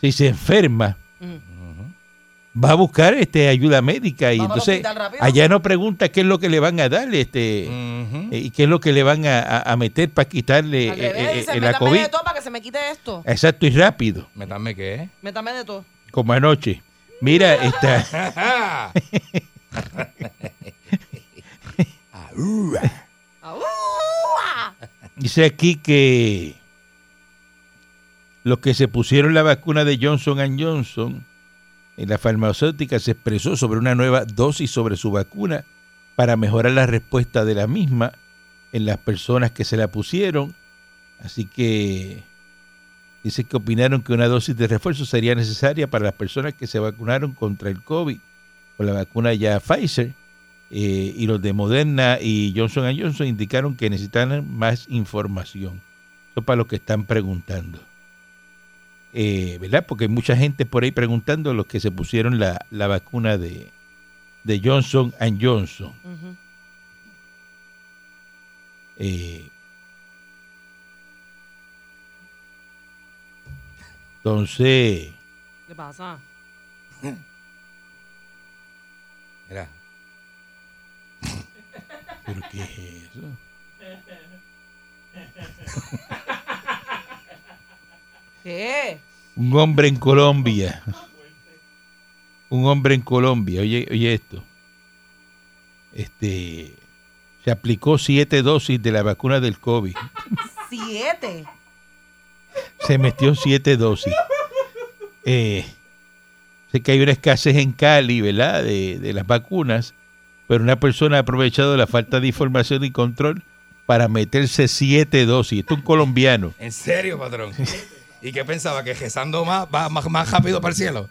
S3: si se enferma,
S2: Mm.
S5: Ujú.
S3: va a buscar este, ayuda médica y
S2: Vamos al
S3: entonces
S2: hospital rápido.
S3: allá no pregunta qué es lo que le van a dar este,
S5: Ujú.
S3: eh, y qué es lo que le van a, a- a meter para quitarle
S2: Al
S3: eh,
S2: revés,
S3: eh,
S2: dice,
S3: eh, la
S2: "Métame
S3: COVID.
S2: de todo para que se me quite esto.
S3: Exacto y rápido.
S5: (laughs) Métame qué.
S2: Métame de todo.
S5: Ah,
S3: como anoche. Mira, está,
S5: uh.
S2: Ah,
S3: Dice aquí que los que se pusieron la vacuna de Johnson Johnson en la farmacéutica se expresó sobre una nueva dosis sobre su vacuna para mejorar la respuesta de la misma en las personas que se la pusieron. Así que dice que opinaron que una dosis de refuerzo sería necesaria para las personas que se vacunaron contra el COVID con la vacuna ya Pfizer eh, y los de Moderna y Johnson Johnson indicaron que necesitan más información. Eso para los que están preguntando. Eh, ¿Verdad? Porque hay mucha gente por ahí preguntando los que se pusieron la, la vacuna de, de Johnson Johnson.
S2: Ujú.
S3: Eh, entonces,
S2: ¿Qué pasa?
S5: Mira,
S3: ¿pero qué es eso?
S2: ¿Qué?
S3: Un hombre en Colombia. Un hombre en Colombia, oye, oye esto. Este se aplicó siete dosis de la vacuna del COVID.
S2: Siete.
S3: Se metió siete dosis. Eh, sé que hay una escasez en Cali, ¿verdad? De, de las vacunas, pero una persona ha aprovechado la falta de información y control para meterse siete dosis. Esto es un colombiano.
S5: ¿en serio, patrón? ¿Y qué pensaba? ¿Que rezando más va más, más rápido para el cielo?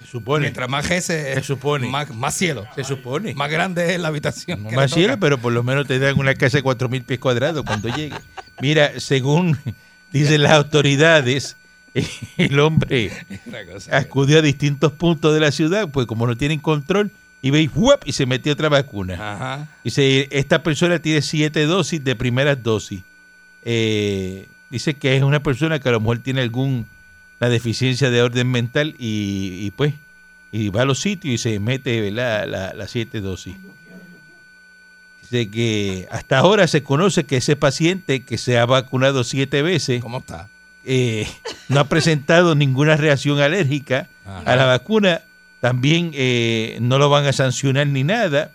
S3: Se supone.
S5: Mientras más jese,
S3: Se supone.
S5: Más, más cielo.
S3: Se supone.
S5: Más grande es la habitación. que le
S3: Más cielo,
S5: toca.
S3: pero por lo menos te dan una casa de 4.000 pies cuadrados cuando llegue. Mira, según (laughs) dicen las autoridades, (laughs) el hombre
S5: Una cosa.
S3: acudió a distintos puntos de la ciudad, pues como no tienen control, y veis, ¡guap! y se metió otra vacuna.
S5: Ajá.
S3: Dice, esta persona tiene siete dosis de primeras dosis. Eh, dice que es una persona que a lo mejor tiene alguna deficiencia de orden mental y, y, pues, y va a los sitios y se mete ¿verdad? la- las siete dosis. Dice que hasta ahora se conoce que ese paciente que se ha vacunado siete veces
S5: ¿Cómo está?
S3: eh, no ha presentado ninguna reacción alérgica
S5: Ajá.
S3: a la vacuna. También eh, no lo van a sancionar ni nada.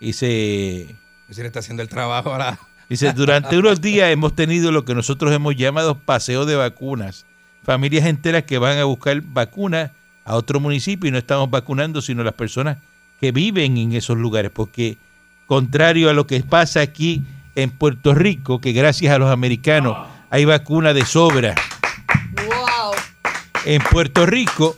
S3: Dice,
S5: Si le está haciendo el trabajo ahora.
S3: dice, durante unos días hemos tenido lo que nosotros hemos llamado paseo de vacunas. Familias enteras que van a buscar vacunas a otro municipio y no estamos vacunando sino las personas que viven en esos lugares. Porque contrario a lo que pasa aquí en Puerto Rico, que gracias a los americanos hay vacunas de sobra.
S2: ¡Wow!
S3: en Puerto Rico,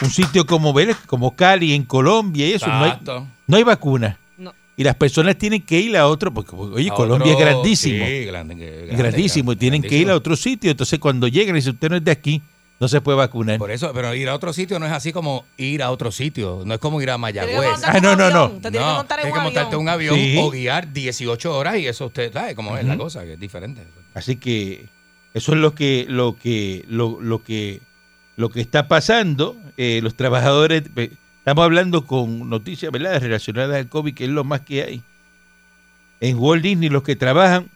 S3: un sitio como Vélez, como Cali, en Colombia y eso, no hay,
S5: Exacto.
S3: no hay vacuna.
S2: No.
S3: Y las personas tienen que ir a otro, porque oye,
S5: A
S3: Colombia
S5: otro-
S3: es grandísimo,
S5: Sí, grande, grande,
S3: grandísimo, y
S5: grande,
S3: tienen que ir a
S5: grandísimo.
S3: otro sitio. Entonces cuando llegan y dicen, usted no es de aquí, no se puede vacunar.
S5: Por eso, pero ir a otro sitio no es así como ir a otro sitio. No es como ir a Mayagüez.
S3: Ah, no, no, no.
S2: Te tienes que
S5: pues. No,
S2: montar en
S5: tienes
S2: un
S5: que montarte en
S2: avión.
S5: un avión
S3: Sí.
S5: o guiar 18 horas y eso usted sabe cómo es la
S3: Ujú.
S5: cosa, que es diferente.
S3: Así que eso es lo que, lo que, lo, lo que, lo que está pasando. Eh, los trabajadores, eh, estamos hablando con noticias ¿verdad? relacionadas al COVID, que es lo más que hay. En Walt Disney, los que trabajan,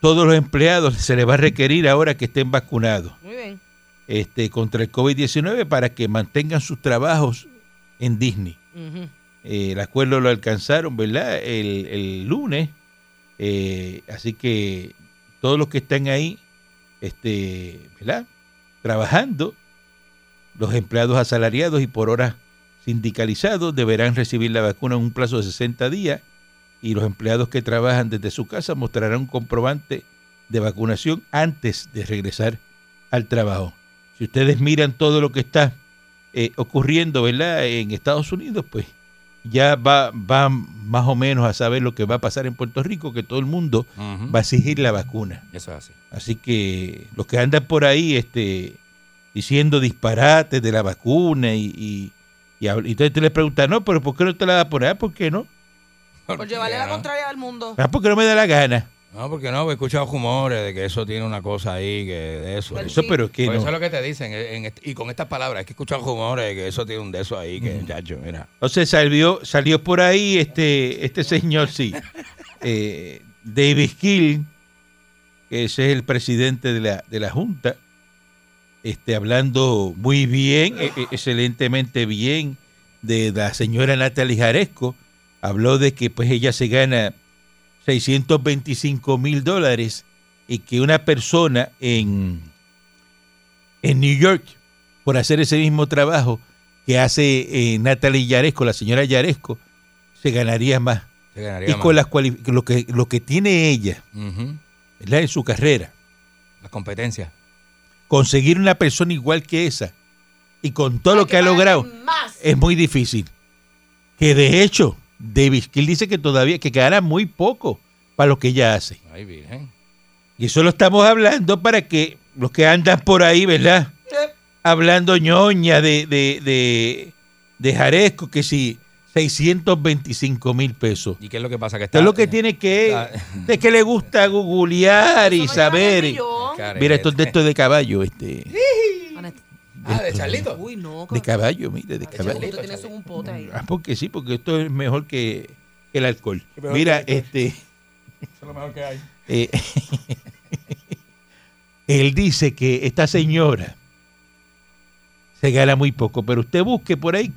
S3: todos los empleados se les va a requerir ahora que estén vacunados
S2: Muy bien.
S3: este, contra el COVID-19 para que mantengan sus trabajos en Disney.
S2: Ujú.
S3: Eh, el acuerdo lo alcanzaron, ¿verdad? El, el lunes. Eh, así que todos los que están ahí, este, ¿verdad? Trabajando, los empleados asalariados y por horas sindicalizados deberán recibir la vacuna en un plazo de 60 días y los empleados que trabajan desde su casa mostrarán un comprobante de vacunación antes de regresar al trabajo. Si ustedes miran todo lo que está eh, ocurriendo, ¿verdad? En Estados Unidos, pues ya va, va más o menos a saber lo que va a pasar en Puerto Rico, que todo el mundo
S5: Ujú.
S3: va a exigir la vacuna.
S5: Eso es así.
S3: Así que los que andan por ahí este, diciendo disparates de la vacuna y, y, y habl- y entonces te les preguntan, no, pero ¿por qué no te la da por ahí? Ah, ¿Por qué no?
S2: Por llevarle la
S5: no?
S2: contraria al mundo.
S3: Ah, porque no me da la gana.
S5: No, porque no, he escuchado rumores de que eso tiene una cosa ahí, que de eso.
S2: Bueno,
S3: Eso,
S2: Sí.
S3: pero es que
S5: Pues eso es
S3: no.
S5: lo que te dicen, en- en este- y con estas palabras, es que he escuchado rumores de que eso tiene un de eso ahí, que chacho, mira.
S3: Entonces salió, salió por ahí este, este señor, sí, eh, David Skill, que ese es el presidente de la, de la Junta, este, hablando muy bien, e- e- excelentemente bien de la señora Natalie Jaresco. Habló de que pues ella se gana 625 mil dólares y que una persona en, en New York, por hacer ese mismo trabajo que hace eh, Natalie Yaresco, la señora Yaresco, se ganaría más.
S5: Te ganaría
S3: Y
S5: más.
S3: con las cuali- lo que, lo que tiene ella
S5: Ujú.
S3: ¿verdad? en su carrera,
S5: Las competencias.
S3: conseguir una persona igual que esa y con todo lo que ha logrado
S2: Más.
S3: es muy difícil. Que de hecho, Davis Kill dice que todavía que gana muy poco para lo que ella hace.
S5: Ay, virgen.
S3: Y eso lo estamos hablando para que los que andan por ahí, ¿verdad? Hablando ñoña de, de, de, de Jaresco, que si 625 mil pesos.
S5: ¿Y qué es lo que pasa? Que
S3: Esto
S5: está,
S3: es lo que tiene que...
S5: está-
S3: De que le gusta googlear y saber. y- (laughs)
S5: Care-
S3: Mira, esto es de esto de caballo, este.
S5: (laughs) Ah, de Charlito.
S2: Uy, no.
S3: De caballo, mire, de
S2: Chacho,
S3: caballo.
S2: Tú tienes un pote ahí.
S3: Ah, porque sí, porque esto es mejor que el alcohol. Mira, este. eh, (laughs) él dice que esta señora se gana muy poco, pero usted busque por ahí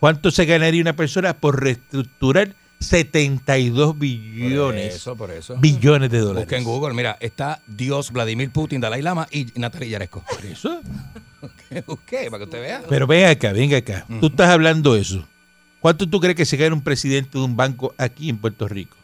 S3: cuánto se ganaría una persona por reestructurar 72
S5: Por
S3: billones,
S5: eso, por eso.
S3: billones de dólares.
S5: Busca en Google, mira, está Dios, Vladimir Putin, Dalai Lama y Natalia Yaresco. (laughs)
S3: Por eso.
S5: Busqué, para que usted vea.
S3: Pero ven acá, venga acá. Tú estás hablando eso. ¿Cuánto tú crees que se gana un presidente de un banco aquí en Puerto Rico?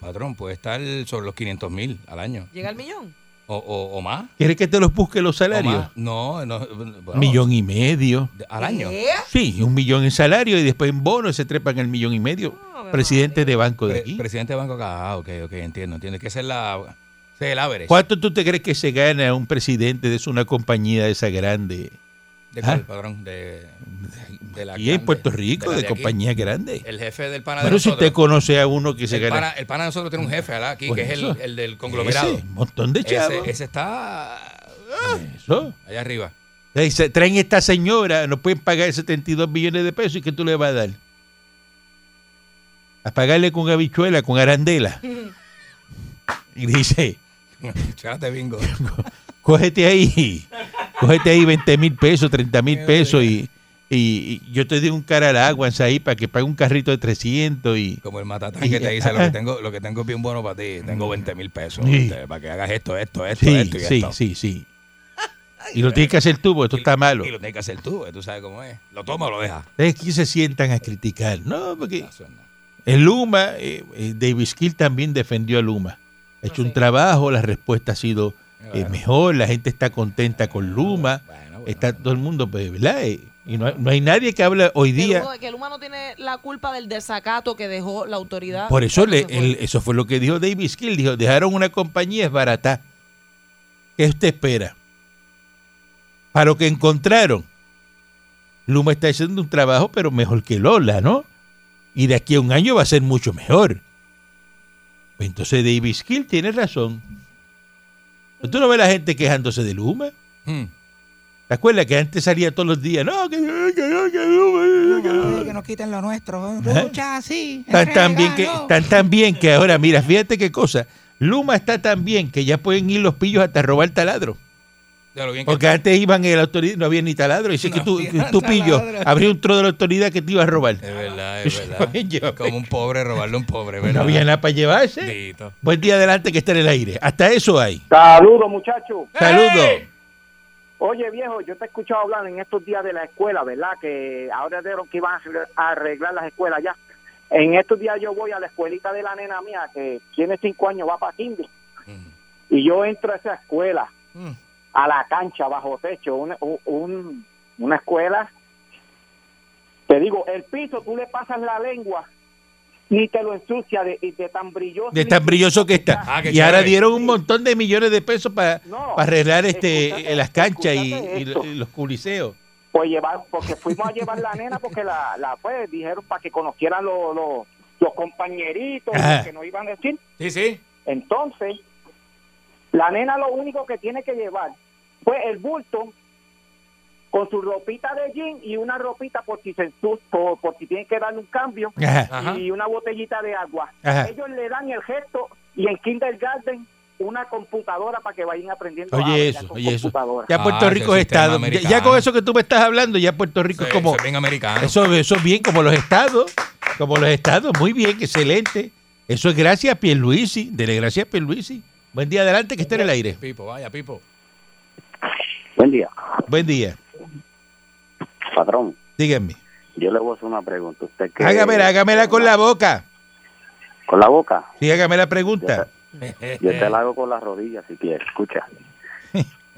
S5: Patrón, puede estar sobre los 500 mil al año.
S2: Llega al millón.
S5: O, o- o más.
S3: ¿Quieres que te los busque los
S5: o más.
S3: salarios?
S5: No, no. bueno,
S3: Millón y medio.
S5: de- Al año.
S2: ¿Qué?
S3: Sí, un millón en salario y después en bonos se trepan el millón y medio.
S2: Ave
S3: Presidente de banco de
S5: Pre-
S3: aquí.
S5: presidente de Banco Acá. Ah, ok, ok, entiendo, entiendo. Que esa es la. Ese es el average.
S3: ¿Cuánto tú te crees que se gana un presidente de esa- una compañía de esa grande?
S5: ¿De cuál,
S3: Ah.
S5: patrón? De, de la
S3: Y en
S5: grande,
S3: Puerto Rico,
S5: la
S3: de,
S5: aquí.
S3: compañía grande.
S5: El jefe del pana
S3: Pero
S5: de
S3: si
S5: nosotros.
S3: usted conoce a uno que se
S5: el, pana,
S3: gana
S5: el pana de nosotros tiene un jefe ¿verdad? aquí,
S3: Por
S5: que es el,
S3: eso.
S5: el del conglomerado.
S3: ese, un montón de chavos. Ah,
S5: Ese, ese está
S3: Eso.
S5: allá arriba. (laughs)
S3: Le dice, traen esta señora, nos pueden pagar 72 millones de pesos y ¿qué tú le vas a dar? A pagarle con habichuela, con arandela. Y le dice,
S5: Chárate bingo.
S3: cógete ahí, cógete ahí 20 mil pesos, 30 mil pesos y, y- y yo te doy un cara al agua ahí para que pague un carrito de 300 (laughs) y...
S5: Como el matatán que te dice lo que tengo, lo que tengo es bien bueno para ti. Tengo 20 mil pesos
S3: Sí.
S5: ¿viste? para que hagas esto, esto, esto,
S3: Sí,
S5: esto y
S3: sí,
S5: esto.
S3: sí,
S5: (laughs)
S3: sí. Y lo tienes que hacer tú, porque esto
S5: Y-
S3: está malo.
S5: Y lo tienes que hacer tú, tú sabes cómo es. Lo toma o lo deja.
S3: Ustedes aquí se sientan a criticar, ¿no? Porque...
S5: Eso es nada.
S3: El Luma, eh, eh, Davis Kill también defendió a Luma. Ha hecho un trabajo, la respuesta ha sido eh,
S5: Bueno.
S3: mejor, la gente está contenta con Luma,
S5: Bueno, bueno,
S3: está todo el mundo, pues, ¿verdad? Eh, y no hay, no hay nadie que habla hoy
S2: Que
S3: día.
S2: Luma- que el humano tiene la culpa del desacato que dejó la autoridad.
S3: Por eso, le-
S2: Se fue.
S3: el- eso fue lo que dijo Davis Kill. Dijo, dejaron una compañía, es barata. ¿Qué usted espera? Para lo que encontraron, Luma está haciendo un trabajo, pero mejor que Lola, ¿no? Y de aquí a un año va a ser mucho mejor. Pues entonces Davis Kill tiene razón. Pero ¿Tú no ves la gente quejándose de Luma?
S5: Hmm.
S3: ¿Te acuerdas que antes salía todos los días? No, que, que- que- que Luma, que Luma".
S6: que nos quiten lo nuestro.
S3: Ajá.
S6: Lucha así.
S3: Están tan, bien que,
S6: entregalo.
S3: están tan bien que ahora, mira, fíjate qué cosa. Luma está tan bien que ya pueden ir los pillos hasta robar taladro.
S5: Ya lo bien que
S3: Porque antes iban en la autoridad, no había ni taladro. Y si es que
S5: No
S3: tú,
S5: había
S3: tú pillo,
S5: taladro.
S3: abrí un tro de la autoridad que te iba a robar.
S5: Es
S3: (laughs)
S5: verdad, es verdad.
S3: Oye, yo-
S5: Es como un pobre robarle a un pobre,
S3: No
S5: ¿verdad?
S3: había nada para llevarse.
S5: Dito.
S3: Buen día adelante que está en el aire. Hasta eso hay.
S7: Saludos, muchachos.
S3: Saludos.
S7: Oye, viejo, yo te he escuchado hablar en estos días de la escuela, ¿verdad? Que ahora dijeron que iban a arreglar- a arreglar las escuelas ya. En estos días yo voy a la escuelita de la nena mía, que tiene cinco años, va para kinder. Y yo entro a esa escuela,
S5: Mm.
S7: a la cancha, bajo techo, una, un- una escuela. Te digo, el piso, tú le pasas la lengua, ni te lo ensucia de, de tan brilloso.
S3: De tan brilloso que está.
S5: Ah, qué
S3: y ahora
S5: chévere.
S3: dieron un montón de millones de pesos para
S7: No,
S3: arreglar este
S7: escúchate,
S3: las canchas y,
S7: escúchate
S3: y
S7: esto.
S3: lo- y los coliseos.
S7: pues llevar, porque fuimos a llevar la nena porque la, la pues dijeron para que conocieran los, los, los compañeritos
S3: Ajá.
S7: lo que nos iban a decir.
S5: Sí, sí.
S7: Entonces, la nena lo único que tiene que llevar fue el bulto con su ropita de jean y una ropita por si se ensu- por, por si tiene que darle un cambio
S3: Ajá.
S5: Ajá.
S7: y una botellita de agua.
S3: Ajá.
S7: Ellos le dan el gesto y en kindergarten
S8: una computadora para que vayan aprendiendo a
S3: Oye
S8: hablar
S3: eso,
S8: con
S3: oye eso.
S8: computadora.
S3: Ya Puerto
S5: Ah,
S3: Rico es
S5: ese sistema
S3: Estado. Ya,
S5: americano.
S3: ya con eso que tú me estás hablando, ya Puerto Rico es como...
S5: Eso es bien americano.
S3: Eso, eso es bien, como los estados. Como los estados, muy bien, excelente. Eso es gracias a Pierluisi. Dele gracias a Pierluisi. Buen día, adelante, que esté en el aire.
S5: Pipo, vaya, Pipo.
S9: Buen día,
S3: Buen día,
S9: patrón.
S3: díganme.
S9: Yo le voy a hacer una pregunta. ¿Usted qué-
S3: Hágamela, hágamela con la boca.
S9: Con la boca.
S3: Sí, hágame la pregunta.
S9: Yo
S5: Eh.
S9: te la hago con las rodillas si quieres. Escucha.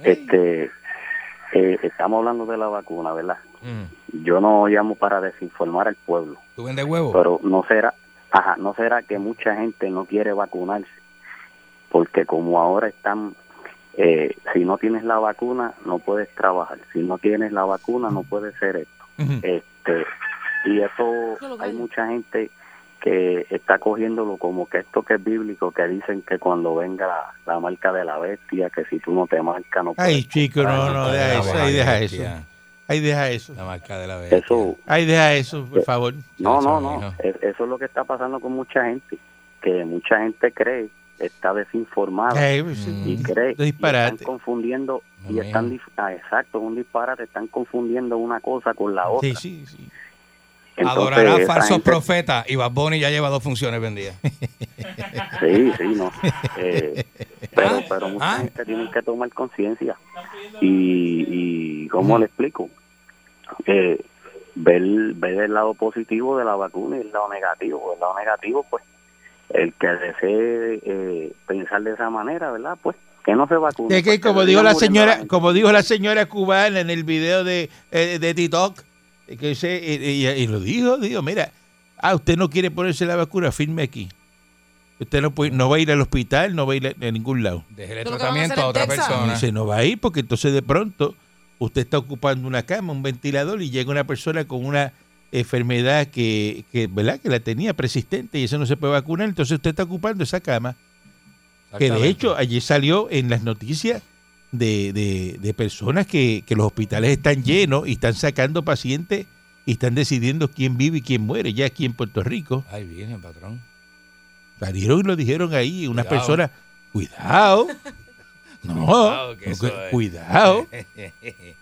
S9: Este, eh, estamos hablando de la vacuna, ¿verdad?
S5: Mm.
S9: Yo no llamo para desinformar al pueblo,
S5: ¿Tú vendes huevos?
S9: pero no será, ajá, no será que mucha gente no quiere vacunarse, porque como ahora están, eh, si no tienes la vacuna no puedes trabajar, si no tienes la vacuna no puedes ser esto. este y eso
S10: No lo
S9: hay
S10: vale.
S9: mucha gente que está cogiéndolo como que esto que es bíblico que dicen que cuando venga la, la marca de la bestia que si tú no te marcas no
S3: Ay,
S9: puedes
S3: chico,
S5: Ah,
S3: no, no, deja eso, ahí deja eso.
S5: bestia.
S3: Ahí deja eso.
S5: La marca de la bestia.
S9: eso
S3: Ahí deja eso, por favor.
S9: no
S5: eso
S9: no no
S5: no, hijo.
S9: Es- eso es lo que está pasando con mucha gente que mucha gente cree está desinformada
S3: Ay, pues,
S9: y
S5: Mm.
S9: cree y están
S3: disparate.
S9: confundiendo y
S5: No,
S9: están dif- ah, exacto un disparate están confundiendo una cosa con la otra
S3: Sí, sí, sí.
S9: Entonces,
S5: Adorará
S9: esa
S5: falsos
S9: gente-
S5: profetas y Bad Bunny ya lleva dos funciones vendidas.
S9: Sí, sí, no.
S3: (laughs)
S9: Eh, pero,
S5: Ah,
S9: pero mucha
S5: ah.
S9: gente tiene que tomar conciencia. Y, y, ¿cómo le explico? Eh, ver, ver el lado positivo de la vacuna y el lado negativo. El lado negativo, pues, el que desee eh, pensar de esa manera, ¿verdad? Pues, que no se vacune.
S3: Es que
S9: porque
S3: como
S9: se
S3: dijo
S9: siga
S3: la
S9: muriendo
S3: señora,
S9: gente.
S3: como dijo la señora cubana en el video de, eh, de TikTok, eh, que dice, eh, eh, y, y lo dijo, dijo, mira, ah, usted no quiere ponerse la vacuna, firme aquí. Usted no puede, no va a ir al hospital, no va a ir a, a ningún lado.
S5: Déjele
S10: Pero lo que
S5: tratamiento
S10: van
S5: a
S10: a hacer
S5: otra
S10: en Texas.
S5: persona.
S3: Dice, no va a ir porque entonces de pronto usted está ocupando una cama, un ventilador y llega una persona con una enfermedad que, que, ¿verdad? que la tenía persistente y eso no se puede vacunar, entonces usted está ocupando esa cama que de
S5: Exactamente.
S3: hecho allí salió en las noticias de, de- de personas que, que los hospitales están llenos y están sacando pacientes y están decidiendo quién vive y quién muere. Ya aquí en Puerto Rico
S5: Ay, virgen, patrón.
S3: salieron y lo dijeron ahí unas
S5: Cuidado.
S3: personas,
S5: (laughs)
S3: cuidado, no, cuidado,
S5: Cuidado, que eso es. (laughs)
S3: cuidado.
S5: Está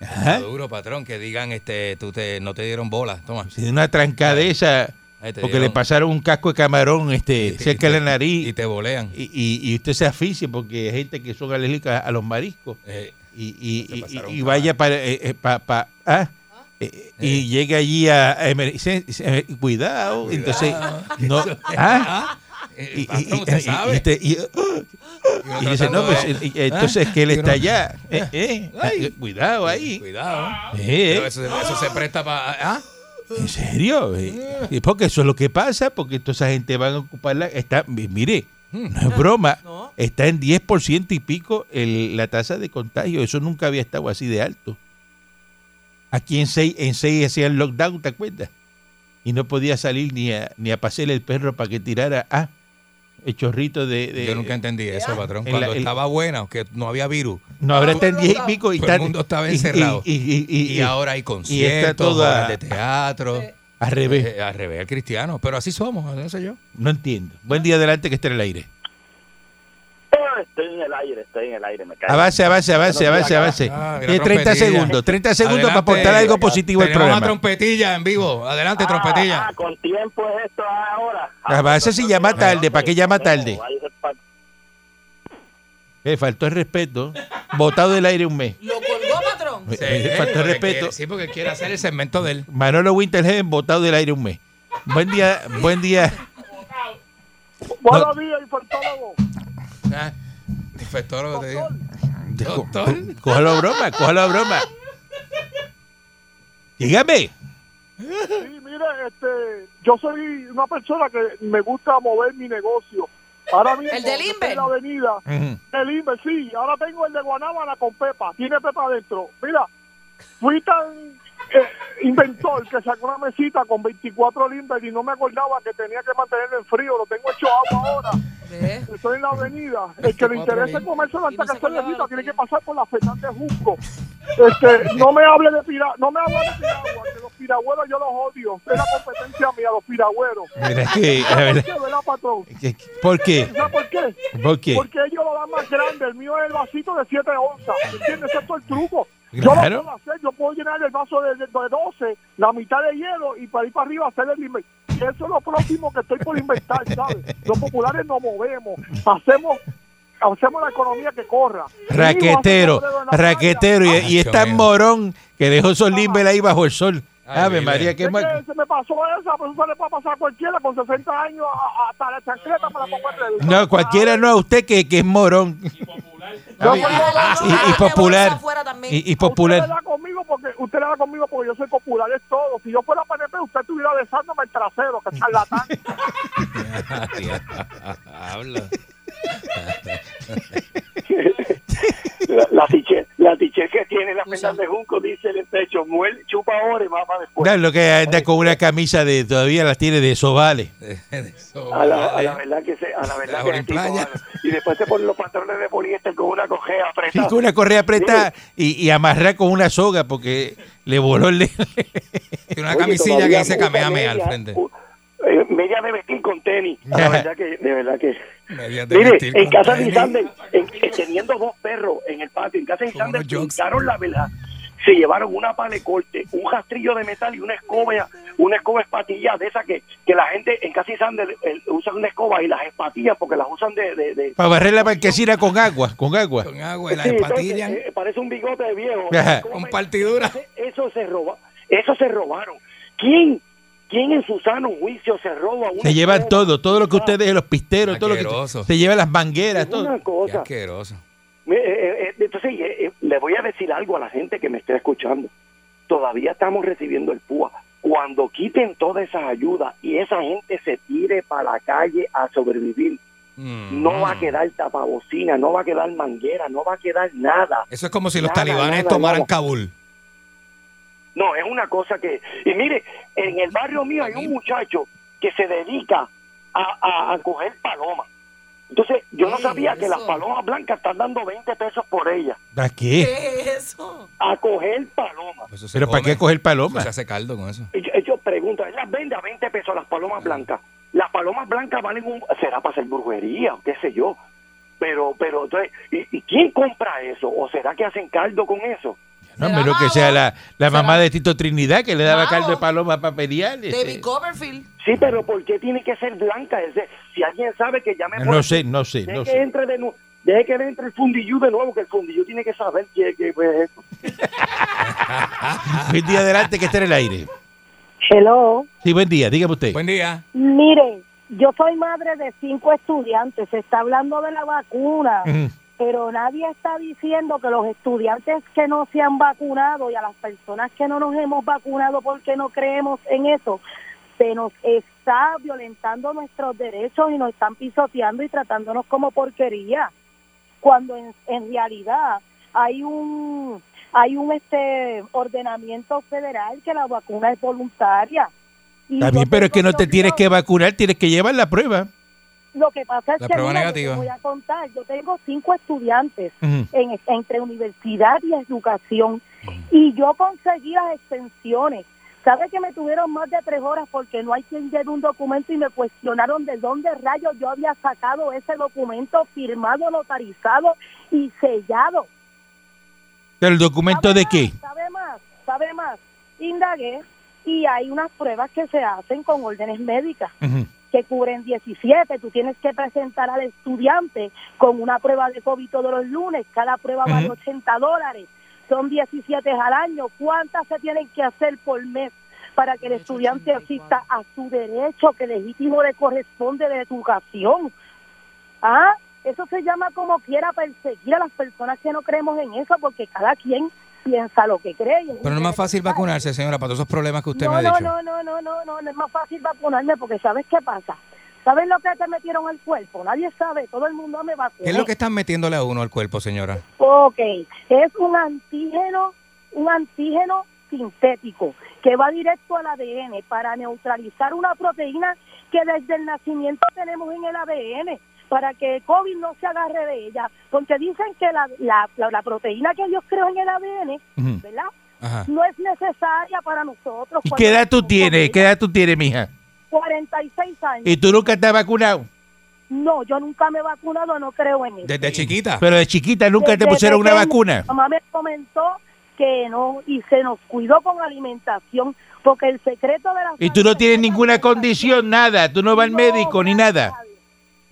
S3: Ajá.
S5: Duro, patrón, que digan, este, tú te, no te dieron bola. Toma.
S3: Se dio una trancadeza
S5: Ahí te
S3: porque le
S5: dieron.
S3: pasaron un casco de camarón este,
S5: (laughs) Y te-
S3: cerca
S5: y
S3: de
S5: te-
S3: la nariz
S5: Y te bolean.
S3: y, y- y usted se asfixia porque hay gente que son alérgicas a los mariscos.
S5: Eh,
S3: y, y-
S5: Se
S3: y-
S5: pasaron
S3: y
S5: cabal.
S3: vaya para, eh, eh, pa- pa- ah, eh, eh, y llega allí a, a emergencia, eh, cuidado,
S5: (laughs)
S3: entonces no ah,
S5: eh,
S3: y, y-
S5: patrón,
S3: y-
S5: usted
S3: y-
S5: sabe.
S3: y este, y, uh,
S5: Y uno
S3: y dice
S5: tratando
S3: no pues,
S5: de-
S3: eh, eh, entonces que él
S5: Ah,
S3: está
S5: y uno-
S3: allá eh, eh, ah, eh, cuidado ahí
S5: Cuidado.
S3: Eh,
S5: Pero eso, eso se presta para. ¿Ah?
S3: en serio Eh, eh, porque eso es lo que pasa porque toda esa gente van a ocupar la está mire
S5: Hmm.
S3: no es broma
S10: No.
S3: está en 10% y pico el- la tasa de contagio. Eso nunca había estado así de alto. Aquí en 6 en seis hacían lockdown, ¿te acuerdas? Y no podía salir ni a, ni a pasear el perro para que tirara ah, el chorrito de... de-
S5: Yo nunca entendí eso, patrón.
S3: En
S5: Cuando
S3: la- el-
S5: estaba buena, que no había virus.
S3: No, ahora está en 10 y pico. Y
S5: Todo el
S3: está,
S5: mundo estaba
S3: y- y-
S5: encerrado.
S3: Y, y-
S5: Y,
S3: y- y-
S5: ahora hay conciertos,
S3: toda-
S5: obras de teatro.
S3: al revés.
S5: Eh, al revés, el cristiano. Pero así somos, no sé yo.
S3: No entiendo. Buen día adelante que esté en el aire.
S9: Estoy en el aire, estoy en el aire, me cae.
S3: Avance, avance, avance, avance, avance.
S5: Ah, mira,
S3: Tiene 30
S5: trompetilla.
S3: segundos. 30 segundos
S5: Adelante.
S3: para aportar algo positivo al
S5: Tenemos una
S3: programa.
S5: trompetilla en vivo.
S10: Ah,
S5: Adelante, trompetilla.
S9: Ah,
S3: (laughs)
S9: con tiempo es esto ahora.
S3: Ah, va, ese sí llama tarde, ¿para qué llama tarde? Eh, faltó el respeto. Botado del aire un mes.
S10: Lo colgó, patrón.
S3: Eh, eh, faltó el
S5: porque
S3: respeto.
S5: quiere- sí, porque quiere hacer el segmento de él.
S3: Manolo Winterhead botado del aire un mes. Buen día, buen día.
S8: Buenos días, infectólogo.
S5: Ah, infectólogo, te digo.
S3: Co-
S5: Doctor.
S3: co- Cójalo a broma, cójalo a broma. Dígame.
S8: Sí, mire, este, yo soy una persona que me gusta mover mi negocio. Ahora mismo,
S10: ¿El del
S8: yo estoy
S10: Inver?
S8: en la avenida.
S3: Ujú.
S8: El Inver, sí. Ahora tengo el de Guanábana con Pepa. Tiene Pepa adentro. Mira, fui tan... eh, inventor que sacó una mesita con 24 limber y no me acordaba que tenía que mantenerlo en frío. Lo tengo hecho agua ahora.
S2: ¿Ves?
S8: Estoy en la avenida. El que le interese comerse la
S2: Y no se acordaba
S8: castellanita
S2: de
S8: tiene que
S2: ella.
S8: pasar por la Fernández Junco. Este, no me hable de pira, no me hable de piragua, que los piragüeros yo los odio. Es la competencia mía, los piragüeros.
S3: Mira, es que, la
S8: ¿Por
S3: verdad,
S8: qué, verdad, patrón?
S3: que- que- ¿Por qué?
S8: ¿Sabes por qué?
S3: ¿Por qué?
S8: Porque ellos lo dan más grande. El mío es el vasito de 7 onzas. ¿me ¿Entiendes? Ese es todo el truco. Yo
S3: Claro.
S8: lo puedo hacer. Yo puedo llenar el vaso de, de- de 12, la mitad de hielo y para ir para arriba hacer el inven- Y eso es lo próximo que estoy por inventar, ¿sabes? Los populares nos movemos. Hacemos hacemos la economía que corra.
S3: Raquetero,
S8: Digo, hacemos dinero en la
S3: raquetero.
S8: calle.
S3: Y, y es tan morón que dejó esos limber ahí bajo el sol.
S5: Ay,
S3: Ave
S5: mire.
S3: María, qué
S8: Es
S3: mal.
S8: que se me pasó esa, pero eso le puede pasar a cualquiera con 60 años a- a- hasta la chancleta para poder
S3: No, cualquiera no a usted que, que es morón.
S8: No,
S3: Y,
S8: por favor,
S3: y- y
S2: Ah,
S3: popular.
S2: afuera también.
S3: Y, y
S8: Usted le
S3: popular.
S8: da conmigo porque usted le da conmigo porque yo soy popular, es todo. Si yo fuera PNP, usted estuviera besándome el trasero, que charlatán.
S5: (laughs) Habla.
S10: La, la tiche- la tiche que tiene la Fernández Junco dice el pecho, muel, chupa ahora y más para después.
S3: No, lo que anda con una camisa de todavía las tiene de sovales.
S10: A la, a la verdad que se, a la
S5: La
S10: verdad que
S5: Jolín
S10: el tipo,
S5: Eh, Playa.
S10: bueno, y después te ponen los pantalones de poliéster con una cojea
S3: Sí,
S10: apretada.
S3: con una correa apretada y, y amarrar con una soga porque le voló el
S5: Tiene una
S10: Oye,
S5: camisilla que
S10: todavía
S5: dice
S10: usa
S5: Kamehameha al
S10: media,
S5: frente.
S10: u- eh, media de vestir con tenis.
S5: (laughs)
S10: La verdad que, de verdad que.
S5: Medias de
S10: Mire,
S5: vestir
S10: en
S5: con
S10: casa de
S5: tenis.
S10: Isander, en- eh, teniendo dos perros en el patio, en casa de
S5: Con
S10: Isander
S5: unos jogs.
S10: pintaron la verdad. Se llevaron una pala de corte, un rastrillo de metal y una escoba, una escoba espatilla de esa que, que la gente en casa de Isander eh, usa una escoba y las espatillas porque las usan de, de, de-
S3: para barrer la banquecina con agua, con agua.
S5: Con agua y las
S10: Sí, entonces,
S5: espatillas.
S10: eh, parece un bigote de viejo.
S3: Ajá.
S10: ¿Cómo
S5: Con
S10: me-
S5: partidura.
S10: Entonces, Eso se roba, eso se robaron. ¿Quién, quién en su sano juicio se roba una
S3: Se llevan
S10: escoba? Ah,
S3: todo, todo lo que ustedes, los pisteros, todo lo que
S5: Asqueroso.
S3: se llevan las mangueras,
S10: Es
S3: todo.
S10: una
S5: Qué
S10: cosa.
S5: asqueroso.
S10: Me- eh, eh, Entonces, eh, eh, le voy a decir algo a la gente que me está escuchando. Todavía estamos recibiendo el PUA. Cuando quiten todas esas ayudas y esa gente se tire para la calle a sobrevivir,
S5: Mm.
S10: no va a quedar tapabocina, no va a quedar manguera, no va a quedar nada.
S5: Eso es como si los
S10: Nada,
S5: talibanes
S10: nada,
S5: tomaran
S10: nada.
S5: Kabul.
S10: No, es una cosa que... Y mire, en el barrio mío hay un muchacho que se dedica a, a- a coger palomas. Entonces, yo no
S2: Sí,
S10: sabía que
S2: eso.
S10: las palomas blancas están dando 20 pesos por ellas.
S3: ¿Para qué?
S2: ¿Qué es eso?
S10: A coger palomas.
S5: Eso se
S3: ¿Pero para
S5: come.
S3: qué coger
S5: Eso
S3: paloma?
S5: Se hace caldo con eso.
S10: Ellos, ellos preguntan, ellas venden a 20 pesos las palomas blancas. Las palomas blancas valen un... Será para hacer brujería, o qué sé yo. Pero, pero, entonces, ¿y, y quién compra eso? ¿O será que hacen caldo con eso?
S3: No,
S2: ¿Será
S3: menos que sea la, la
S2: ¿Será?
S3: mamá de Tito Trinidad que le daba
S2: Bravo.
S3: caldo de paloma para pelear.
S2: David
S3: este.
S2: Copperfield.
S10: Sí, pero ¿por qué tiene que ser blanca? Es de- si alguien sabe que llame... por
S3: Eh, No
S10: aquí.
S3: sé, no sé,
S10: Deje
S3: no
S10: que
S3: sé.
S10: entre de nuevo. Deje que entre el fundillú de nuevo, que el fundillú tiene que saber que, que pues, es eso.
S3: Buen día adelante que esté en el aire.
S11: Hello.
S3: Sí, buen día, dígame usted.
S5: Buen día.
S11: Miren, yo soy madre de cinco estudiantes. Se está hablando de la vacuna,
S3: Ujú.
S11: pero nadie está diciendo que los estudiantes que no se han vacunado y a las personas que no nos hemos vacunado porque no creemos en eso, se nos está violentando nuestros derechos y nos están pisoteando y tratándonos como porquería. Cuando en, en realidad hay un hay un este ordenamiento federal que la vacuna es voluntaria. Y
S3: Está bien,
S11: yo
S3: pero es que
S11: tengo
S3: no te tienes
S11: opción.
S3: que vacunar, tienes que llevar la prueba.
S11: Lo que pasa es
S5: La
S11: que
S5: prueba
S11: mira, yo
S5: negativa.
S11: te voy a contar, yo tengo cinco estudiantes
S3: Ujú.
S11: en, entre universidad y educación y yo conseguí las extensiones. ¿Sabe que me tuvieron más de tres horas porque no hay quien lleve un documento y me cuestionaron de dónde rayos yo había sacado ese documento firmado, notarizado y sellado?
S3: ¿Pero el documento
S11: ¿Sabe
S3: de
S11: más?
S3: qué?
S11: Sabe más, sabe más. Indagué y hay unas pruebas que se hacen con órdenes médicas
S3: Ujú.
S11: que cubren 17. Tú tienes que presentar al estudiante con una prueba de COVID todos los lunes. Cada prueba vale
S3: Ujú.
S11: 80 dólares. Son 17 al año. ¿Cuántas se tienen que hacer por mes para que el estudiante
S2: 84?
S11: asista a su derecho que legítimo le corresponde de educación? ¿Ah? Eso se llama como quiera perseguir a las personas que no creemos en eso porque cada quien piensa lo que cree. y es
S5: Pero no es más fácil
S11: interesante
S5: vacunarse, señora, para todos esos problemas que usted
S11: no,
S5: me ha
S11: no,
S5: dicho.
S11: No, no, no, no, no, no es más fácil vacunarme porque ¿sabes qué pasa? ¿Sabes lo que te metieron al cuerpo? Nadie sabe, todo el mundo me vacunó.
S5: ¿Qué es lo que están metiéndole a uno al cuerpo, señora?
S11: Ok, es un antígeno, un antígeno sintético que va directo al ADN para neutralizar una proteína que desde el nacimiento tenemos en el ADN para que el COVID no se agarre de ella, porque dicen que la, la, la, la proteína que Dios creó en el ADN,
S3: Ujú.
S5: Mm.
S11: ¿verdad?
S3: Ajá.
S11: No es necesaria para nosotros.
S3: ¿Y
S11: Cuando
S3: qué edad tú
S11: somos
S3: tienes? ¿Qué edad tú tienes, mija?
S11: 46 años.
S3: ¿Y tú nunca te has vacunado?
S11: No, yo nunca me he vacunado, no creo en eso.
S5: Desde chiquita.
S3: Pero de chiquita nunca te
S11: Desde
S3: pusieron una
S11: pequeña,
S3: vacuna.
S11: mi Mamá me comentó que no y se nos cuidó con alimentación porque el secreto de la
S3: Y tú no tienes ninguna condición, nada. Tú no vas al
S11: No,
S3: médico ni nada.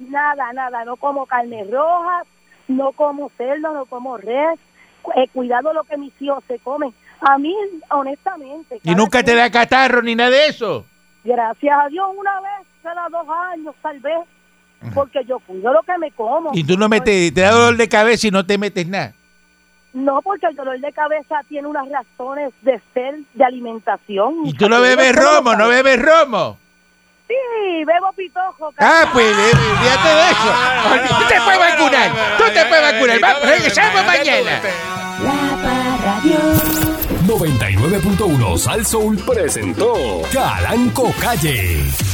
S11: nada, nada, no como carne roja, no como cerdo, no como res, cu- eh, cuidado lo que mis hijos se comen. A mí, honestamente,
S3: Y
S11: cada
S3: nunca te
S11: vez-
S3: da catarro ni nada de eso.
S11: gracias a Dios una vez cada dos años tal vez, porque yo cuido lo que me como.
S3: Y tú no metes, te da dolor de cabeza y no te metes nada.
S11: No, porque el dolor de cabeza tiene unas razones de ser de alimentación.
S3: Y tú no bebes
S11: Yo
S3: romo, no
S11: sabe.
S3: bebes romo.
S11: Sí, bebo pitojo.
S3: Ah, pues, eh, fíjate de eso. Tú te puedes vacunar, tú te puedes vacunar. Vamos, regresamos mañana.
S1: 99.1 Sal Soul presentó Calanco Calle.